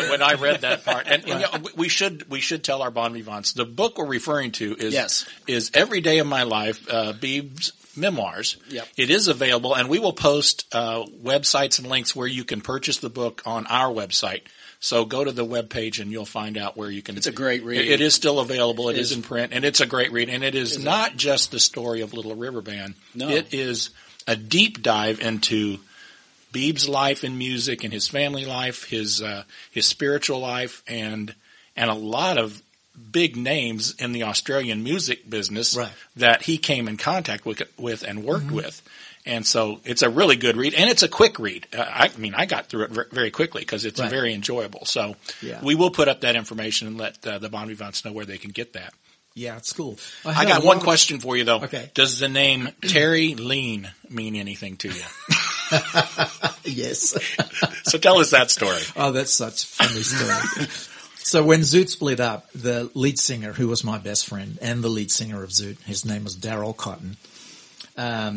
[SPEAKER 1] know. I, when I read that part, and, and, you know, we- we should we should tell our bon vivants the book we're referring to is
[SPEAKER 2] Yes.
[SPEAKER 1] is Every Day of My Life, uh, Beeb's memoirs.
[SPEAKER 2] Yep.
[SPEAKER 1] It is available, and we will post uh, websites and links where you can purchase the book on our website. So go to the webpage and you'll find out where you can. It's
[SPEAKER 2] a great read.
[SPEAKER 1] it is still available. it is,
[SPEAKER 2] is-
[SPEAKER 1] in print, and it's a great read. And it is not just the story of Little River Band.
[SPEAKER 2] No.
[SPEAKER 1] It is a deep dive into Beeb's life in music and his family life, his uh, his spiritual life, and and a lot of big names in the Australian music business
[SPEAKER 6] Right. Mm-hmm.
[SPEAKER 1] that he came in contact with, with and worked with. And so it's a really good read, and it's a quick read. Uh, I mean, I got through it ver- very quickly because it's
[SPEAKER 6] Right.
[SPEAKER 1] very enjoyable. So
[SPEAKER 6] Yeah.
[SPEAKER 1] we will put up that information and let uh, the Bon Vivants know where they can get that.
[SPEAKER 6] Yeah, it's cool.
[SPEAKER 1] I
[SPEAKER 6] had
[SPEAKER 1] got
[SPEAKER 6] a
[SPEAKER 1] one
[SPEAKER 6] lot-
[SPEAKER 1] question for you though.
[SPEAKER 6] Okay.
[SPEAKER 1] Does the name Terry Lean mean anything to you?
[SPEAKER 6] Yes.
[SPEAKER 1] so tell us that story.
[SPEAKER 6] Oh, that's such a funny story. so when Zoot split up, the lead singer, who was my best friend and the lead singer of Zoot, his name was Daryl Cotton.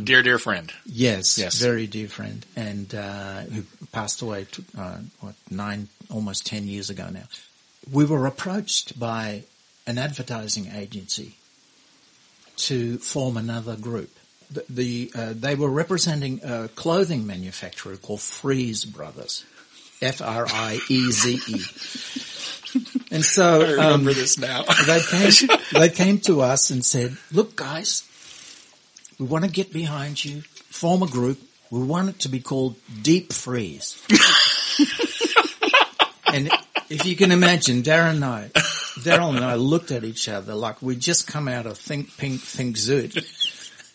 [SPEAKER 1] Dear, dear friend.
[SPEAKER 6] Yes,
[SPEAKER 1] Yes.
[SPEAKER 6] very dear friend, and uh, who passed away t- uh, what nine, almost ten years ago now. We were approached by an advertising agency to form another group. The, the uh, they were representing a clothing manufacturer called Freeze Brothers, F R I E Z E. And so,
[SPEAKER 1] I remember
[SPEAKER 6] um,
[SPEAKER 1] this now.
[SPEAKER 6] they came they came to us and said, "Look, guys, we want to get behind you, form a group. We want it to be called Deep Freeze." and if you can imagine, Darren and I, Daryl and I looked at each other like we just come out of Think Pink, Think Zoot.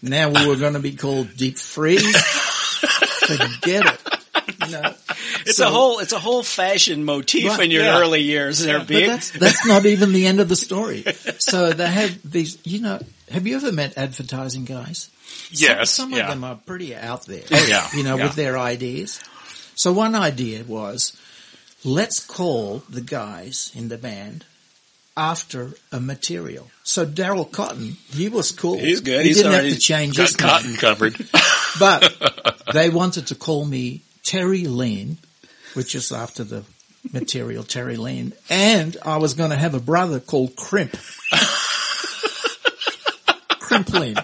[SPEAKER 6] Now we were going to be called Deep Freeze. Forget it. You know,
[SPEAKER 2] It's
[SPEAKER 6] so-
[SPEAKER 2] a whole, it's a whole fashion motif
[SPEAKER 6] Right,
[SPEAKER 2] in your
[SPEAKER 6] yeah.
[SPEAKER 2] early years there,
[SPEAKER 6] But
[SPEAKER 2] big.
[SPEAKER 6] that's that's not even the end of the story. So they have these, you know. Have you ever met advertising guys?
[SPEAKER 1] Yes,
[SPEAKER 6] Some, some
[SPEAKER 1] yeah.
[SPEAKER 6] of them are pretty out there.
[SPEAKER 1] Oh, yeah,
[SPEAKER 6] You know,
[SPEAKER 1] yeah.
[SPEAKER 6] with their ideas. So one idea was, let's call the guys in the band after a material. So Daryl Cotton, he was cool.
[SPEAKER 2] He's good.
[SPEAKER 6] He
[SPEAKER 2] He's
[SPEAKER 6] didn't
[SPEAKER 2] already
[SPEAKER 6] have to change
[SPEAKER 1] Got
[SPEAKER 6] his name.
[SPEAKER 1] cotton covered.
[SPEAKER 6] But they wanted to call me Terry Lane, which is after the material Terry Lane, and I was going to have a brother called Crimp. Crimp Lane.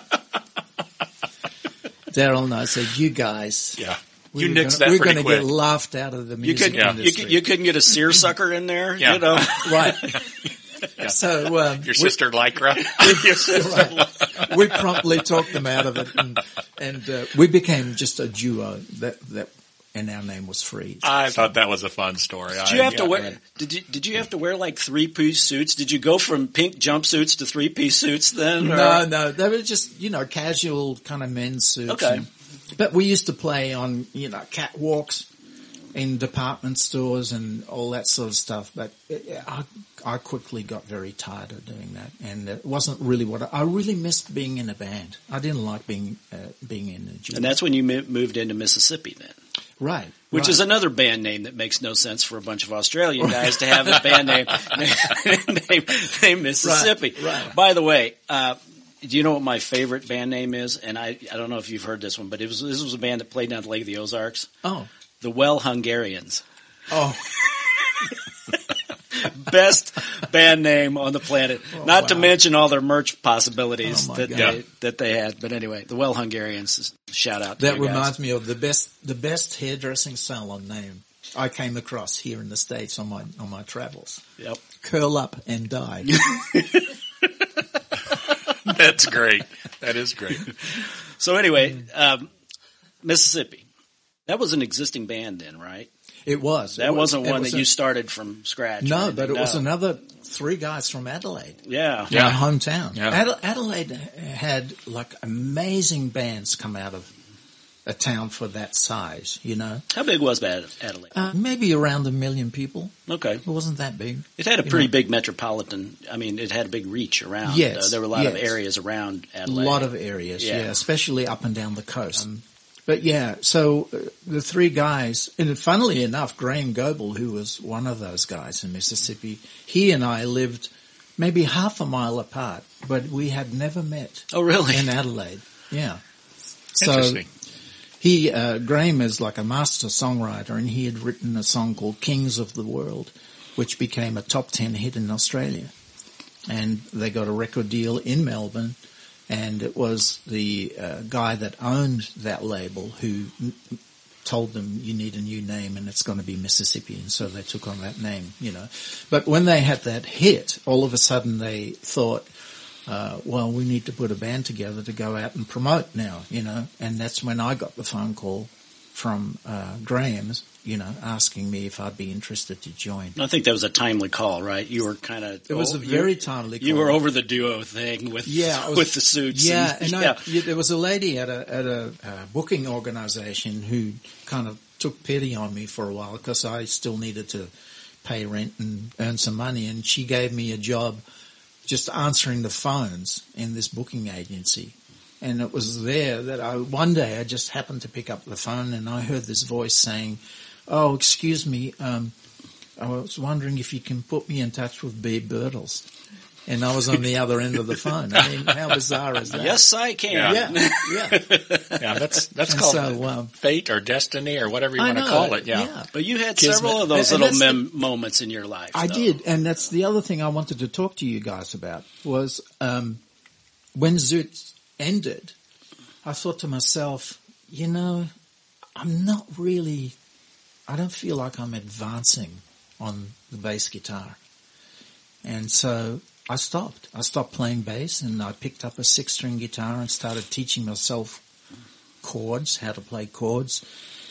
[SPEAKER 6] Daryl and I said, "You guys,
[SPEAKER 1] Yeah.
[SPEAKER 6] we're
[SPEAKER 1] you nixed
[SPEAKER 6] gonna-
[SPEAKER 1] that
[SPEAKER 6] we're
[SPEAKER 1] pretty
[SPEAKER 6] gonna
[SPEAKER 1] quick.
[SPEAKER 6] get laughed out of the
[SPEAKER 2] you
[SPEAKER 6] music
[SPEAKER 2] couldn't, you,
[SPEAKER 6] industry,
[SPEAKER 2] could, you couldn't get a seersucker in there,
[SPEAKER 1] Yeah.
[SPEAKER 2] you know?
[SPEAKER 6] right?" So um,
[SPEAKER 1] Your sister Lycra. Your sister-
[SPEAKER 6] we promptly talked them out of it, and, and uh, we became just a duo. That that, and our name was Freeze.
[SPEAKER 1] I thought that was a fun story.
[SPEAKER 2] Did you have to wear, did you, did you have to wear like three piece suits? Did you go from pink jumpsuits to three piece suits then? or-
[SPEAKER 6] No, no, they were just you know casual kind of men's suits.
[SPEAKER 2] Okay.
[SPEAKER 6] and- but we used to play on you know catwalks in department stores and all that sort of stuff. But uh, I, I quickly got very tired of doing that, and it wasn't really what I, I really missed being in a band. I didn't like being uh, being in a gym.
[SPEAKER 2] And that's when you mo- moved into Mississippi then.
[SPEAKER 6] right,
[SPEAKER 2] Which
[SPEAKER 6] right.
[SPEAKER 2] is another band name that makes no sense for a bunch of Australian guys to have a band name named named Mississippi.
[SPEAKER 6] Right, right.
[SPEAKER 2] By the way, uh, do you know what my favorite band name is? And I, I don't know if you've heard this one, but it was this was a band that played down at the Lake of the Ozarks,
[SPEAKER 6] oh
[SPEAKER 2] the Well Hungarians.
[SPEAKER 6] oh
[SPEAKER 2] best band name on the planet. Not to
[SPEAKER 6] wow.
[SPEAKER 2] mention all their merch possibilities
[SPEAKER 6] Oh, my
[SPEAKER 2] that
[SPEAKER 6] God.
[SPEAKER 2] they, that they had. But anyway, the Well Hungarians. Shout out. To
[SPEAKER 6] That
[SPEAKER 2] you guys.
[SPEAKER 6] reminds me of the best the best hairdressing salon name I came across here in the states on my on my travels.
[SPEAKER 2] Yep.
[SPEAKER 6] Curl up and die.
[SPEAKER 1] That's great. That is great.
[SPEAKER 2] So anyway, um, Mississippi. That was an existing band then, right?
[SPEAKER 6] It was.
[SPEAKER 2] That
[SPEAKER 6] It was-
[SPEAKER 2] wasn't
[SPEAKER 6] it
[SPEAKER 2] one
[SPEAKER 6] was
[SPEAKER 2] that
[SPEAKER 6] a-
[SPEAKER 2] you started from scratch. or
[SPEAKER 6] No,
[SPEAKER 2] anything,
[SPEAKER 6] but it was another three guys from Adelaide.
[SPEAKER 2] Yeah.
[SPEAKER 1] Yeah.
[SPEAKER 6] my hometown.
[SPEAKER 1] Yeah.
[SPEAKER 6] Adel- Adelaide had like amazing bands come out of a town for that size, you know.
[SPEAKER 2] How big was Ad- Adelaide?
[SPEAKER 6] Uh, maybe around a million people.
[SPEAKER 2] Okay.
[SPEAKER 6] It wasn't that big.
[SPEAKER 2] It had a
[SPEAKER 6] You
[SPEAKER 2] pretty
[SPEAKER 6] know.
[SPEAKER 2] big metropolitan. I mean, it had a big reach around.
[SPEAKER 6] Yes,
[SPEAKER 2] Uh, there were a lot of
[SPEAKER 6] yes.
[SPEAKER 2] areas around
[SPEAKER 6] A
[SPEAKER 2] Adelaide.
[SPEAKER 6] lot of areas,
[SPEAKER 2] Yeah.
[SPEAKER 6] yeah. especially up and down the coast. Um, but yeah, so uh, the three guys, and funnily enough, Graham Goebel, who was one of those guys in Mississippi, he and I lived maybe half a mile apart, but we had never met
[SPEAKER 2] Oh, really?
[SPEAKER 6] in Adelaide. Yeah. So
[SPEAKER 1] Interesting.
[SPEAKER 6] he, uh, Graham is like a master songwriter and he had written a song called Kings of the World, which became a top 10 hit in Australia. And they got a record deal in Melbourne and it was the uh, guy that owned that label who n- told them you need a new name and it's going to be Mississippi and so they took on that name, you know. But when they had that hit, all of a sudden they thought, uh, well, we need to put a band together to go out and promote now, you know, and that's when I got the phone call from uh, Graham's, you know, asking me if I'd be interested to join.
[SPEAKER 2] I think that was a timely call, right? You were kind of.
[SPEAKER 6] It was a very timely
[SPEAKER 2] Oh, You
[SPEAKER 6] call.
[SPEAKER 2] were over the duo thing with
[SPEAKER 6] yeah, I was-
[SPEAKER 2] with the suits.
[SPEAKER 6] Yeah,
[SPEAKER 2] and,
[SPEAKER 6] and, I,
[SPEAKER 2] yeah.
[SPEAKER 6] yeah, there was a lady at a at a uh, booking organisation who kind of took pity on me for a while because I still needed to pay rent and earn some money, and she gave me a job just answering the phones in this booking agency. And it was there that I one day I just happened to pick up the phone and I heard this voice saying, "Oh, excuse me." Um, I was wondering if you can put me in touch with B. Birtles. And I was on the other end of the phone. I mean, how bizarre is that?
[SPEAKER 2] Yes, I can.
[SPEAKER 6] Yeah, yeah.
[SPEAKER 1] Yeah, that's that's
[SPEAKER 6] And
[SPEAKER 1] called
[SPEAKER 6] so, um,
[SPEAKER 1] fate or destiny or whatever you
[SPEAKER 6] I
[SPEAKER 1] want to
[SPEAKER 6] know,
[SPEAKER 1] call it. Yeah.
[SPEAKER 6] yeah.
[SPEAKER 2] But you had
[SPEAKER 1] Kismet.
[SPEAKER 2] several of those
[SPEAKER 6] And- and
[SPEAKER 2] little
[SPEAKER 6] that's
[SPEAKER 2] mem- moments in your life.
[SPEAKER 6] I
[SPEAKER 2] though.
[SPEAKER 6] did, and that's the other thing I wanted to talk to you guys about was um, when Zoot ended. I thought to myself, you know, I'm not really. I don't feel like I'm advancing on the bass guitar, and so I stopped. I stopped playing bass, and I picked up a six-string guitar and started teaching myself chords, how to play chords,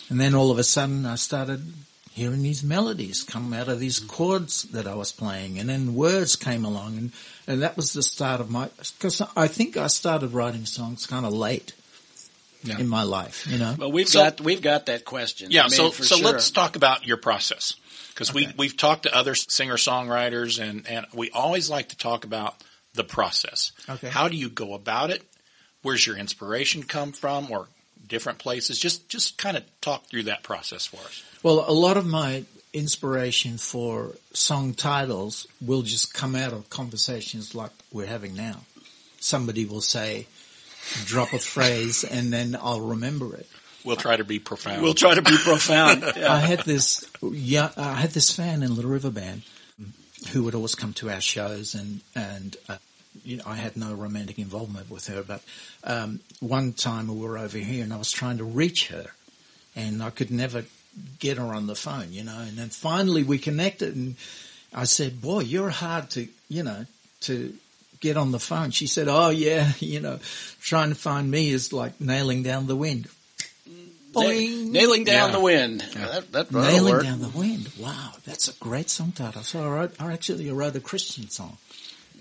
[SPEAKER 6] and then all of a sudden I started hearing these melodies come out of these chords that I was playing, and then words came along, and, and that was the start of my. Because I think I started writing songs kind of late in my life, you know.
[SPEAKER 2] Well, we've
[SPEAKER 1] So-
[SPEAKER 2] got we've got that question.
[SPEAKER 1] Yeah,
[SPEAKER 2] I mean,
[SPEAKER 1] so
[SPEAKER 2] for
[SPEAKER 1] so
[SPEAKER 2] sure.
[SPEAKER 1] let's talk about your process because we
[SPEAKER 6] Okay.
[SPEAKER 1] we've talked to other singer songwriters and and we always like to talk about the process.
[SPEAKER 6] Okay.
[SPEAKER 1] How do you go about it? Where's your inspiration come from, or different places? Just just kind of talk through that process for us.
[SPEAKER 6] Well, a lot of my inspiration for song titles will just come out of conversations like we're having now. Somebody will say, drop a phrase, and then I'll remember it.
[SPEAKER 1] We'll try to be profound.
[SPEAKER 2] We'll try to be profound. Yeah.
[SPEAKER 6] I had this yeah, I had this fan in Little River Band who would always come to our shows, and and uh, you know I had no romantic involvement with her, but um, one time we were over here, and I was trying to reach her, and I could never get her on the phone, you know, and then finally we connected, and I said, "Boy, you're hard to you know to." Get on the phone. She said, "Oh yeah, you know, trying to find me is like nailing down the wind." Boing.
[SPEAKER 2] Nailing down
[SPEAKER 1] Yeah.
[SPEAKER 2] the wind. That, that that'll
[SPEAKER 6] Nailing
[SPEAKER 2] work.
[SPEAKER 6] Down the Wind. Wow, that's a great song title. So I, wrote, I actually wrote a Christian song.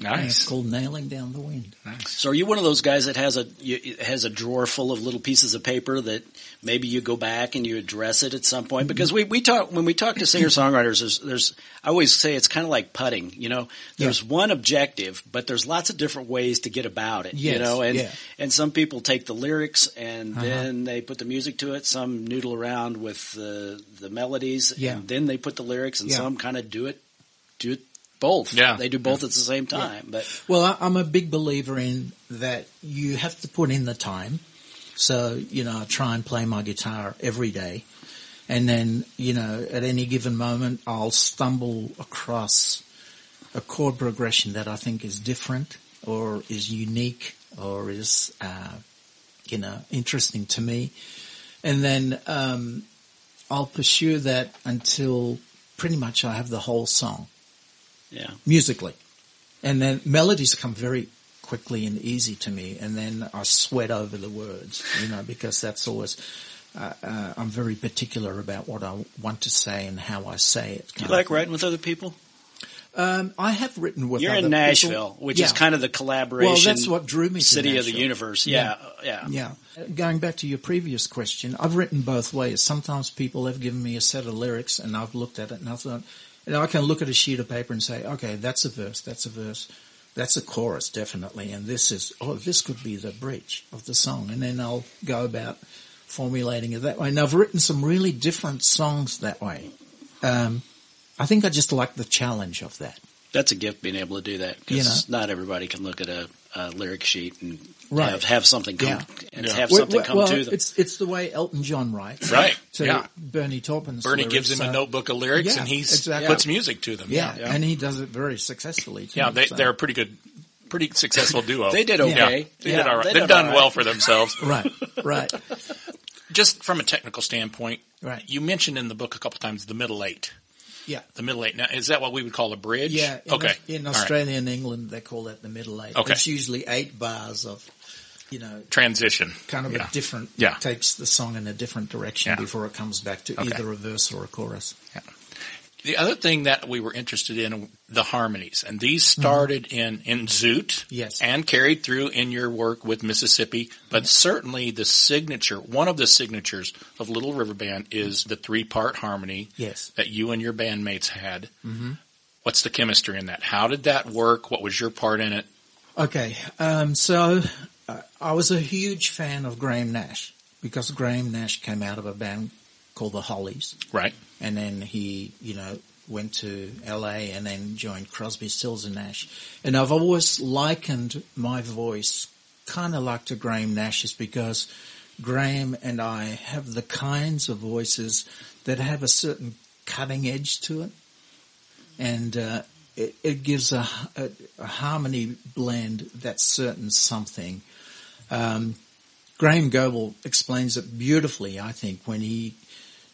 [SPEAKER 6] And it's
[SPEAKER 1] nice.
[SPEAKER 6] called Nailing Down the Wind.
[SPEAKER 2] So are you one of those guys that has a you, has a drawer full of little pieces of paper that maybe you go back and you address it at some point?
[SPEAKER 1] Mm-hmm.
[SPEAKER 2] Because we, we talk when we talk to singer songwriters, there's there's I always say it's kind of like putting. You know, there's one objective, but there's lots of different ways to get about it. you
[SPEAKER 6] Yes,
[SPEAKER 2] know, and
[SPEAKER 6] yeah.
[SPEAKER 2] and some people take the lyrics and
[SPEAKER 6] Uh-huh.
[SPEAKER 2] then they put the music to it. Some noodle around with the the melodies,
[SPEAKER 6] Yeah.
[SPEAKER 2] and then they put the lyrics, and
[SPEAKER 6] Yeah.
[SPEAKER 2] some kind of do it do it both.
[SPEAKER 1] Yeah.
[SPEAKER 2] they do both at the same time, but.
[SPEAKER 6] Well, I, I'm a big believer in that you have to put in the time. So, you know, I try and play my guitar every day. And then, you know, at any given moment, I'll stumble across a chord progression that I think is different or is unique or is, uh, you know, interesting to me. And then, um, I'll pursue that until pretty much I have the whole song
[SPEAKER 7] Yeah.
[SPEAKER 6] musically. And then melodies come very quickly and easy to me. And then I sweat over the words, you know, because that's always, uh, uh, I'm very particular about what I want to say and how I say it.
[SPEAKER 7] Do you
[SPEAKER 6] kind
[SPEAKER 7] like
[SPEAKER 6] of.
[SPEAKER 7] writing with other people?
[SPEAKER 6] Um, I have written with
[SPEAKER 7] You're
[SPEAKER 6] other
[SPEAKER 7] in Nashville,
[SPEAKER 6] people.
[SPEAKER 7] which is
[SPEAKER 6] Yeah.
[SPEAKER 7] kind of the collaboration.
[SPEAKER 6] Well, that's what drew me to
[SPEAKER 7] city of the
[SPEAKER 6] Nashville.
[SPEAKER 7] universe. Yeah, yeah.
[SPEAKER 6] Yeah. Going back to your previous question, I've written both ways. Sometimes people have given me a set of lyrics and I've looked at it and I thought, and I can look at a sheet of paper and say, okay, that's a verse, that's a verse, that's a chorus definitely, and this is, oh, this could be the bridge of the song, and then I'll go about formulating it that way. And I've written some really different songs that way. Um, I think I just like the challenge of that.
[SPEAKER 7] That's a gift being able to do that
[SPEAKER 6] You know.
[SPEAKER 7] because not everybody can look at a, a lyric sheet and
[SPEAKER 6] Right.
[SPEAKER 7] have, have something come
[SPEAKER 6] Yeah.
[SPEAKER 7] and
[SPEAKER 1] Yeah.
[SPEAKER 7] have
[SPEAKER 6] Well,
[SPEAKER 7] something come
[SPEAKER 6] well,
[SPEAKER 7] to them.
[SPEAKER 6] It's it's the way Elton John writes,
[SPEAKER 1] Right,
[SPEAKER 6] To
[SPEAKER 1] yeah.
[SPEAKER 6] Bernie Taupin's
[SPEAKER 1] Bernie
[SPEAKER 6] lyrics,
[SPEAKER 1] gives him
[SPEAKER 6] so-
[SPEAKER 1] a notebook of lyrics
[SPEAKER 6] yeah,
[SPEAKER 1] and he
[SPEAKER 6] exactly.
[SPEAKER 1] puts music to them.
[SPEAKER 6] Yeah,
[SPEAKER 7] Yeah.
[SPEAKER 6] and he does it very successfully. Too,
[SPEAKER 1] Yeah, they,
[SPEAKER 6] so-
[SPEAKER 1] they're a pretty good, pretty successful duo.
[SPEAKER 7] They did
[SPEAKER 1] Yeah.
[SPEAKER 7] okay.
[SPEAKER 1] They
[SPEAKER 7] Yeah,
[SPEAKER 1] did all right.
[SPEAKER 7] they
[SPEAKER 1] They
[SPEAKER 7] did
[SPEAKER 1] have done
[SPEAKER 7] all right.
[SPEAKER 1] well for themselves.
[SPEAKER 6] right, right.
[SPEAKER 1] Just from a technical standpoint,
[SPEAKER 6] Right.
[SPEAKER 1] you mentioned in the book a couple times the middle eight.
[SPEAKER 6] Yeah,
[SPEAKER 1] The middle eight. Now, is that what we would call a bridge?
[SPEAKER 6] yeah. In
[SPEAKER 1] okay.
[SPEAKER 6] in
[SPEAKER 1] All right.
[SPEAKER 6] Australia and England, they call that the middle eight.
[SPEAKER 1] Okay.
[SPEAKER 6] It's usually eight bars of, you know,
[SPEAKER 1] Transition.
[SPEAKER 6] kind of
[SPEAKER 1] Yeah.
[SPEAKER 6] a different.
[SPEAKER 1] Yeah.
[SPEAKER 6] Takes the song in a different direction
[SPEAKER 1] Yeah.
[SPEAKER 6] before it comes back to
[SPEAKER 1] Okay.
[SPEAKER 6] either a verse or a chorus.
[SPEAKER 1] The other thing that we were interested in the harmonies, and these started in
[SPEAKER 6] Mm-hmm.
[SPEAKER 1] in Zoot,
[SPEAKER 6] Yes.
[SPEAKER 1] and carried through in your work with Mississippi.
[SPEAKER 6] Mm-hmm.
[SPEAKER 1] But certainly, the signature, one of the signatures of Little River Band, is the three part harmony
[SPEAKER 6] Yes.
[SPEAKER 1] that you and your bandmates had. Mm-hmm. What's the chemistry in that? How did that work? What was your part in it?
[SPEAKER 6] Okay, um, so uh, I was a huge fan of Graham Nash because Graham Nash came out of a band called the Hollies.
[SPEAKER 1] Right.
[SPEAKER 6] and then he, you know, went to LA and then joined Crosby, Stills and Nash. And I've always likened my voice kind of like to Graham Nash's because Graham and I have the kinds of voices that have a certain cutting edge to it. And, uh, it, it gives a, a, a harmony blend that's certain something. Um, Graham Goebel explains it beautifully, I think, when he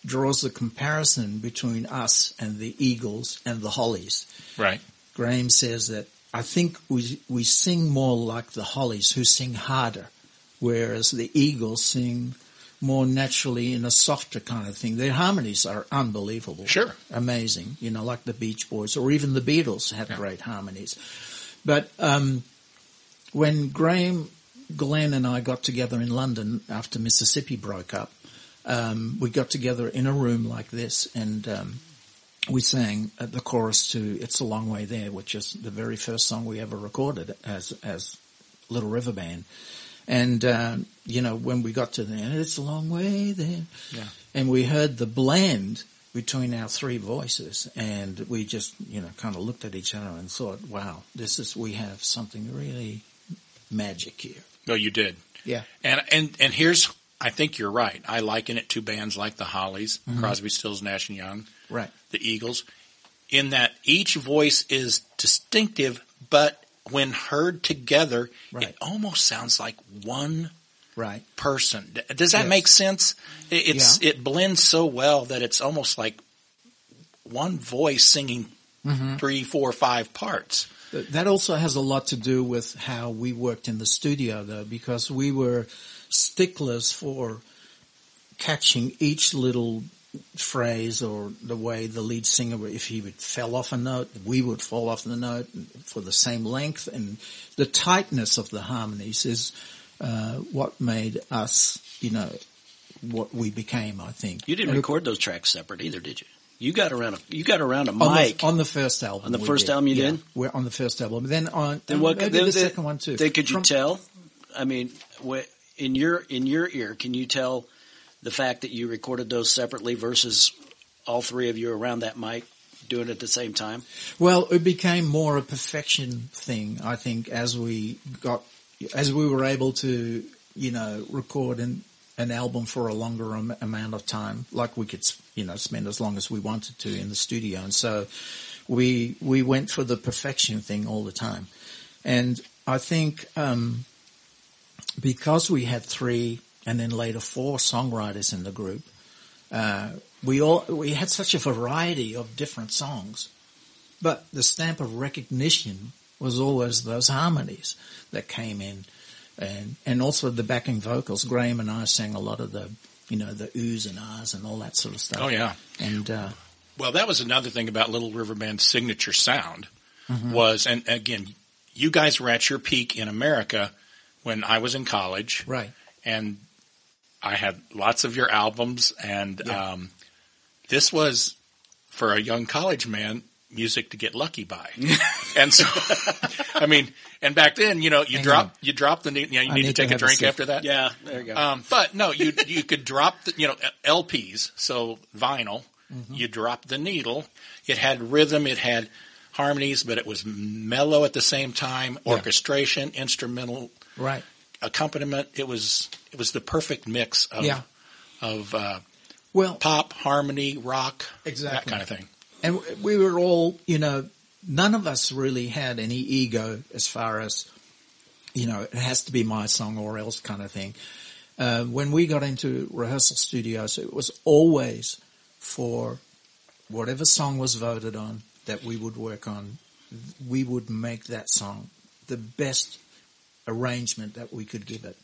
[SPEAKER 6] draws the comparison between us and the Eagles and the Hollies.
[SPEAKER 1] Right.
[SPEAKER 6] Graham says that I think we we sing more like the Hollies, who sing harder, whereas the Eagles sing more naturally in a softer kind of thing. Their harmonies are unbelievable,
[SPEAKER 1] Sure.
[SPEAKER 6] amazing. You know, like the Beach Boys or even the Beatles had great harmonies. But um, when Graham, Glenn, and I got together in London after Mississippi broke up, um, we got together in a room like this and. Um, we sang at the chorus to "It's a Long Way There," which is the very first song we ever recorded as as Little River Band. And um, you know, when we got to the end, it's a long way there, yeah. and we heard the blend between our three voices, and we just you know kind of looked at each other and thought, "Wow, this is we have something really magic here."
[SPEAKER 1] No, you did.
[SPEAKER 6] Yeah,
[SPEAKER 1] And and and here's I think you're right. I liken it to bands like the Hollies, Crosby, Stills, Nash and Young,
[SPEAKER 6] right.
[SPEAKER 1] the Eagles, in that each voice is distinctive, but when heard together,
[SPEAKER 6] Right.
[SPEAKER 1] it almost sounds like one
[SPEAKER 6] Right.
[SPEAKER 1] person. D- Does that
[SPEAKER 6] Yes.
[SPEAKER 1] make sense? I- It's it blends so well that it's almost like one voice singing
[SPEAKER 6] Mm-hmm.
[SPEAKER 1] three, four, five parts.
[SPEAKER 6] Th- That also has a lot to do with how we worked in the studio though, because we were sticklers for catching each little phrase or the way the lead singer, would- if he would fell off a note, we would fall off the note for the same length and the tightness of the harmonies is, uh, what made us, you know, what we became, I think.
[SPEAKER 7] you didn't
[SPEAKER 6] And
[SPEAKER 7] record those tracks separate either, did you? You got around a you got around a
[SPEAKER 6] on
[SPEAKER 7] mic.
[SPEAKER 6] The, on the first album.
[SPEAKER 7] On the
[SPEAKER 6] we
[SPEAKER 7] first
[SPEAKER 6] did.
[SPEAKER 7] album you
[SPEAKER 6] yeah,
[SPEAKER 7] did?
[SPEAKER 6] We're on the first album. Then on,
[SPEAKER 7] Then
[SPEAKER 6] and
[SPEAKER 7] what-
[SPEAKER 6] maybe
[SPEAKER 7] then-
[SPEAKER 6] the
[SPEAKER 7] then-
[SPEAKER 6] second one too.
[SPEAKER 7] Then could you
[SPEAKER 6] From-
[SPEAKER 7] tell? I mean, what, in your in your ear, can you tell the fact that you recorded those separately versus all three of you around that mic doing it at the same time?
[SPEAKER 6] Well, it became more a perfection thing, I think, as we got, as we were able to, you know, record and an album for a longer am- amount of time, like we could, you know, spend as long as we wanted to in the studio. And so we, we went for the perfection thing all the time. And I think, um, because we had three and then later four songwriters in the group, uh, we all, we had such a variety of different songs, but the stamp of recognition was always those harmonies that came in and and also the backing vocals. Graham and I sang a lot of the you know the oohs and ahs and all that sort of stuff.
[SPEAKER 1] Oh, yeah.
[SPEAKER 6] and uh,
[SPEAKER 1] Well, that was another thing about Little River Band's signature sound
[SPEAKER 6] Mm-hmm.
[SPEAKER 1] was, and again, you guys were at your peak in America when I was in college,
[SPEAKER 6] right,
[SPEAKER 1] and I had lots of your albums, and
[SPEAKER 6] Yeah.
[SPEAKER 1] um, this was for a young college man music to get lucky by, and so I mean, and back then, you know, you
[SPEAKER 6] Hang
[SPEAKER 1] drop you drop the need, you, know, you
[SPEAKER 6] I
[SPEAKER 1] need, to
[SPEAKER 6] need to
[SPEAKER 1] take a
[SPEAKER 6] have a
[SPEAKER 1] drink
[SPEAKER 6] sip.
[SPEAKER 1] after that,
[SPEAKER 7] Yeah, there you go.
[SPEAKER 1] um, but no, you you could drop the you know LPs, so vinyl.
[SPEAKER 6] Mm-hmm.
[SPEAKER 1] You drop the needle. It had rhythm. It had harmonies, but it was mellow at the same time. Orchestration, instrumental
[SPEAKER 6] right,
[SPEAKER 1] accompaniment. It was it was the perfect mix of
[SPEAKER 6] yeah.
[SPEAKER 1] of uh,
[SPEAKER 6] Well,
[SPEAKER 1] pop, harmony, rock, that
[SPEAKER 6] Exactly.
[SPEAKER 1] kind of thing.
[SPEAKER 6] and w- we were all you know none of us really had any ego as far as you know it has to be my song or else kind of thing. Uh, when we got into rehearsal studios, it was always for whatever song was voted on that we would work on, we would make that song the best arrangement that we could give it.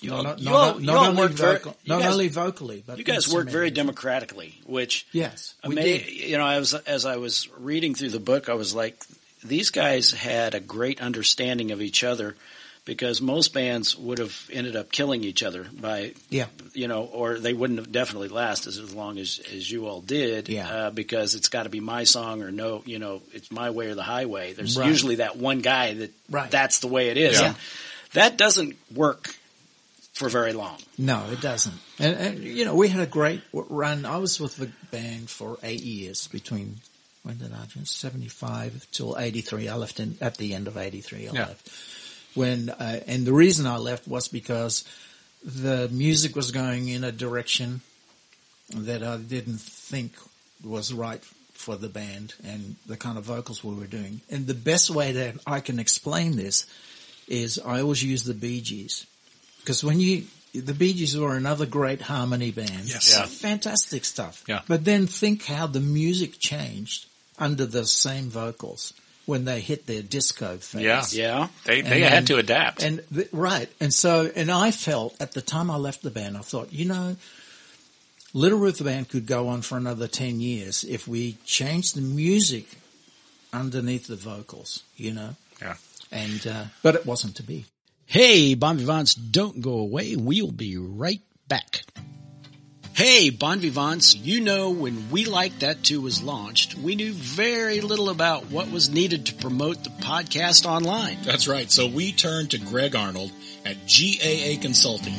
[SPEAKER 7] You
[SPEAKER 6] Not-
[SPEAKER 7] all-
[SPEAKER 6] not-
[SPEAKER 7] you
[SPEAKER 6] not-
[SPEAKER 7] all- you
[SPEAKER 6] not
[SPEAKER 7] all
[SPEAKER 6] only
[SPEAKER 7] worked very-
[SPEAKER 6] vocal-
[SPEAKER 7] you
[SPEAKER 6] not
[SPEAKER 7] guys-
[SPEAKER 6] only vocally, but
[SPEAKER 7] you guys work very
[SPEAKER 6] instrumentally.
[SPEAKER 7] democratically, which
[SPEAKER 6] Yes, we
[SPEAKER 7] ama-
[SPEAKER 6] did.
[SPEAKER 7] you know, I was as I was reading through the book, I was like, these guys had a great understanding of each other because most bands would have ended up killing each other by
[SPEAKER 6] Yeah.
[SPEAKER 7] you know, or they wouldn't have definitely lasted as, as long as as you all did,
[SPEAKER 6] Yeah.
[SPEAKER 7] uh, because it's got to be my song or no, you know, it's my way or the highway. There's
[SPEAKER 6] Right.
[SPEAKER 7] usually that one guy that
[SPEAKER 6] Right.
[SPEAKER 7] that's the way it is.
[SPEAKER 6] Yeah.
[SPEAKER 7] And that doesn't work for very long.
[SPEAKER 6] No, it doesn't. And, and you know, we had a great w- run. I was with the band for eight years between when did I join? Seventy five till eighty three. I left in, at the end of eighty three. I
[SPEAKER 1] Yeah.
[SPEAKER 6] left when, uh, and the reason I left was because the music was going in a direction that I didn't think was right for the band and the kind of vocals we were doing. And the best way that I can explain this is I always use the Bee Gees because when you the Bee Gees were another great harmony band,
[SPEAKER 1] Yes. Yeah.
[SPEAKER 6] fantastic stuff.
[SPEAKER 1] Yeah.
[SPEAKER 6] But then think how the music changed under the same vocals when they hit their disco phase.
[SPEAKER 1] Yeah.
[SPEAKER 7] Yeah.
[SPEAKER 1] They
[SPEAKER 6] And
[SPEAKER 1] they had
[SPEAKER 6] then-
[SPEAKER 1] to adapt.
[SPEAKER 6] And th- right, and so and I felt at the time I left the band, I thought, you know, Little Ruth Band could go on for another ten years if we changed the music underneath the vocals, you know.
[SPEAKER 1] Yeah.
[SPEAKER 6] And uh, but it wasn't to be.
[SPEAKER 2] Hey, Bon Vivants, don't go away. We'll be right back. Hey, Bon Vivants, you know when We Like That Too was launched, we knew very little about what was needed to promote the podcast online.
[SPEAKER 8] That's right. So we turned to Greg Arnold at GAA Consulting.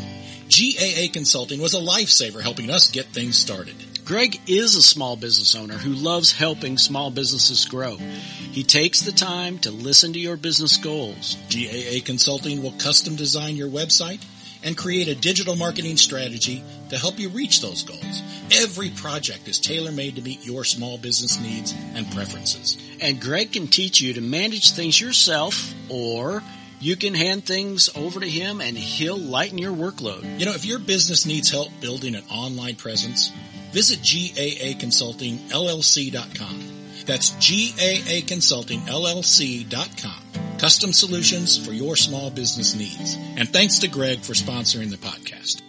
[SPEAKER 8] GAA Consulting was a lifesaver helping us get things started.
[SPEAKER 2] Greg is a small business owner who loves helping small businesses grow. He takes the time to listen to your business goals.
[SPEAKER 8] GAA Consulting will custom design your website and create a digital marketing strategy to help you reach those goals. Every project is tailor-made to meet your small business needs and preferences.
[SPEAKER 2] And Greg can teach you to manage things yourself or you can hand things over to him and he'll lighten your workload.
[SPEAKER 8] You know, if your business needs help building an online presence, visit GAA Consulting LLC.com. That's GAA Consulting LLC.com. Custom solutions for your small business needs. And thanks to Greg for sponsoring the podcast.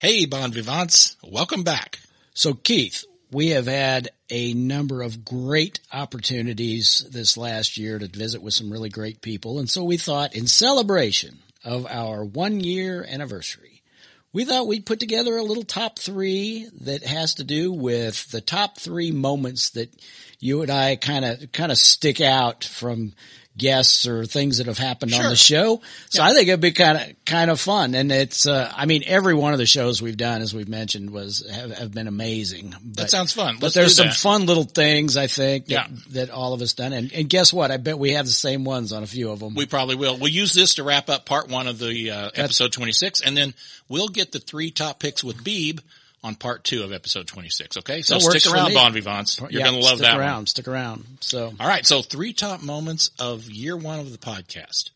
[SPEAKER 8] Hey, Bon Vivants, welcome back.
[SPEAKER 2] So Keith, we have had a number of great opportunities this last year to visit with some really great people. And so we thought in celebration of our one year anniversary, we thought we'd put together a little top three that has to do with the top three moments that you and I kind of, kind of stick out from guests or things that have happened sure. on the show. So yeah. I think it'd be kind of, kind of fun. And it's, uh, I mean, every one of the shows we've done, as we've mentioned, was, have, have been amazing.
[SPEAKER 1] But, that sounds fun. Let's
[SPEAKER 2] but there's some
[SPEAKER 1] that.
[SPEAKER 2] fun little things I think that, yeah. that all of us done. And, and, guess what? I bet we have the same ones on a few of them.
[SPEAKER 1] We probably will. We'll use this to wrap up part one of the, uh, episode 26 and then we'll get the three top picks with Beeb on part two of episode 26. Okay. So stick around, Bon Vivants. You're
[SPEAKER 2] yeah,
[SPEAKER 1] going to love
[SPEAKER 2] stick
[SPEAKER 1] that
[SPEAKER 2] around,
[SPEAKER 1] one.
[SPEAKER 2] Stick around. So,
[SPEAKER 1] all right. So three top moments of year one of the podcast.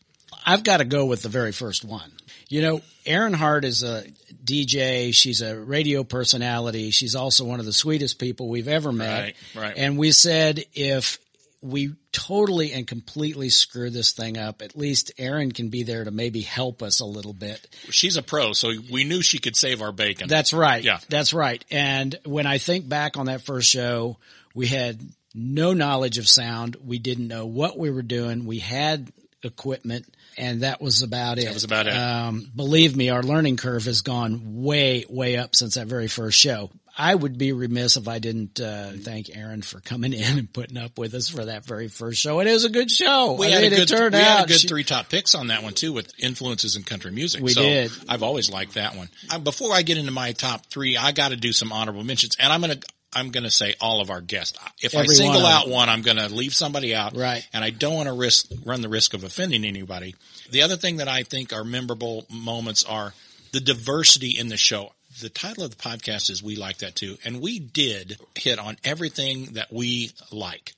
[SPEAKER 2] I've got to go with the very first one. You know, Erin Hart is a DJ. She's a radio personality. She's also one of the sweetest people we've ever met.
[SPEAKER 1] Right. right.
[SPEAKER 2] And we said if we totally and completely screw this thing up. At least Erin can be there to maybe help us a little bit.
[SPEAKER 1] She's a pro, so we knew she could save our bacon.
[SPEAKER 2] That's right.
[SPEAKER 1] Yeah.
[SPEAKER 2] That's right. And when I think back on that first show, we had no knowledge of sound. We didn't know what we were doing. We had equipment and that was about it.
[SPEAKER 1] That was about it.
[SPEAKER 2] uh,
[SPEAKER 1] Um,
[SPEAKER 2] believe me, our learning curve has gone way, way up since that very first show. I would be remiss if I didn't uh, thank Aaron for coming in and putting up with us for that very first show. And it was a good show.
[SPEAKER 1] We
[SPEAKER 2] I
[SPEAKER 1] had
[SPEAKER 2] mean,
[SPEAKER 1] a good,
[SPEAKER 2] it turned
[SPEAKER 1] we
[SPEAKER 2] out,
[SPEAKER 1] had a good she, three top picks on that one too, with influences in country music.
[SPEAKER 2] We
[SPEAKER 1] so
[SPEAKER 2] did.
[SPEAKER 1] I've always liked that one. Uh, before I get into my top three, I got to do some honorable mentions, and I'm gonna I'm going to say all of our guests. If Every I single one out one, I'm going to leave somebody out.
[SPEAKER 2] Right.
[SPEAKER 1] And I don't want to risk, run the risk of offending anybody. The other thing that I think are memorable moments are the diversity in the show. The title of the podcast is We Like That Too. And we did hit on everything that we like.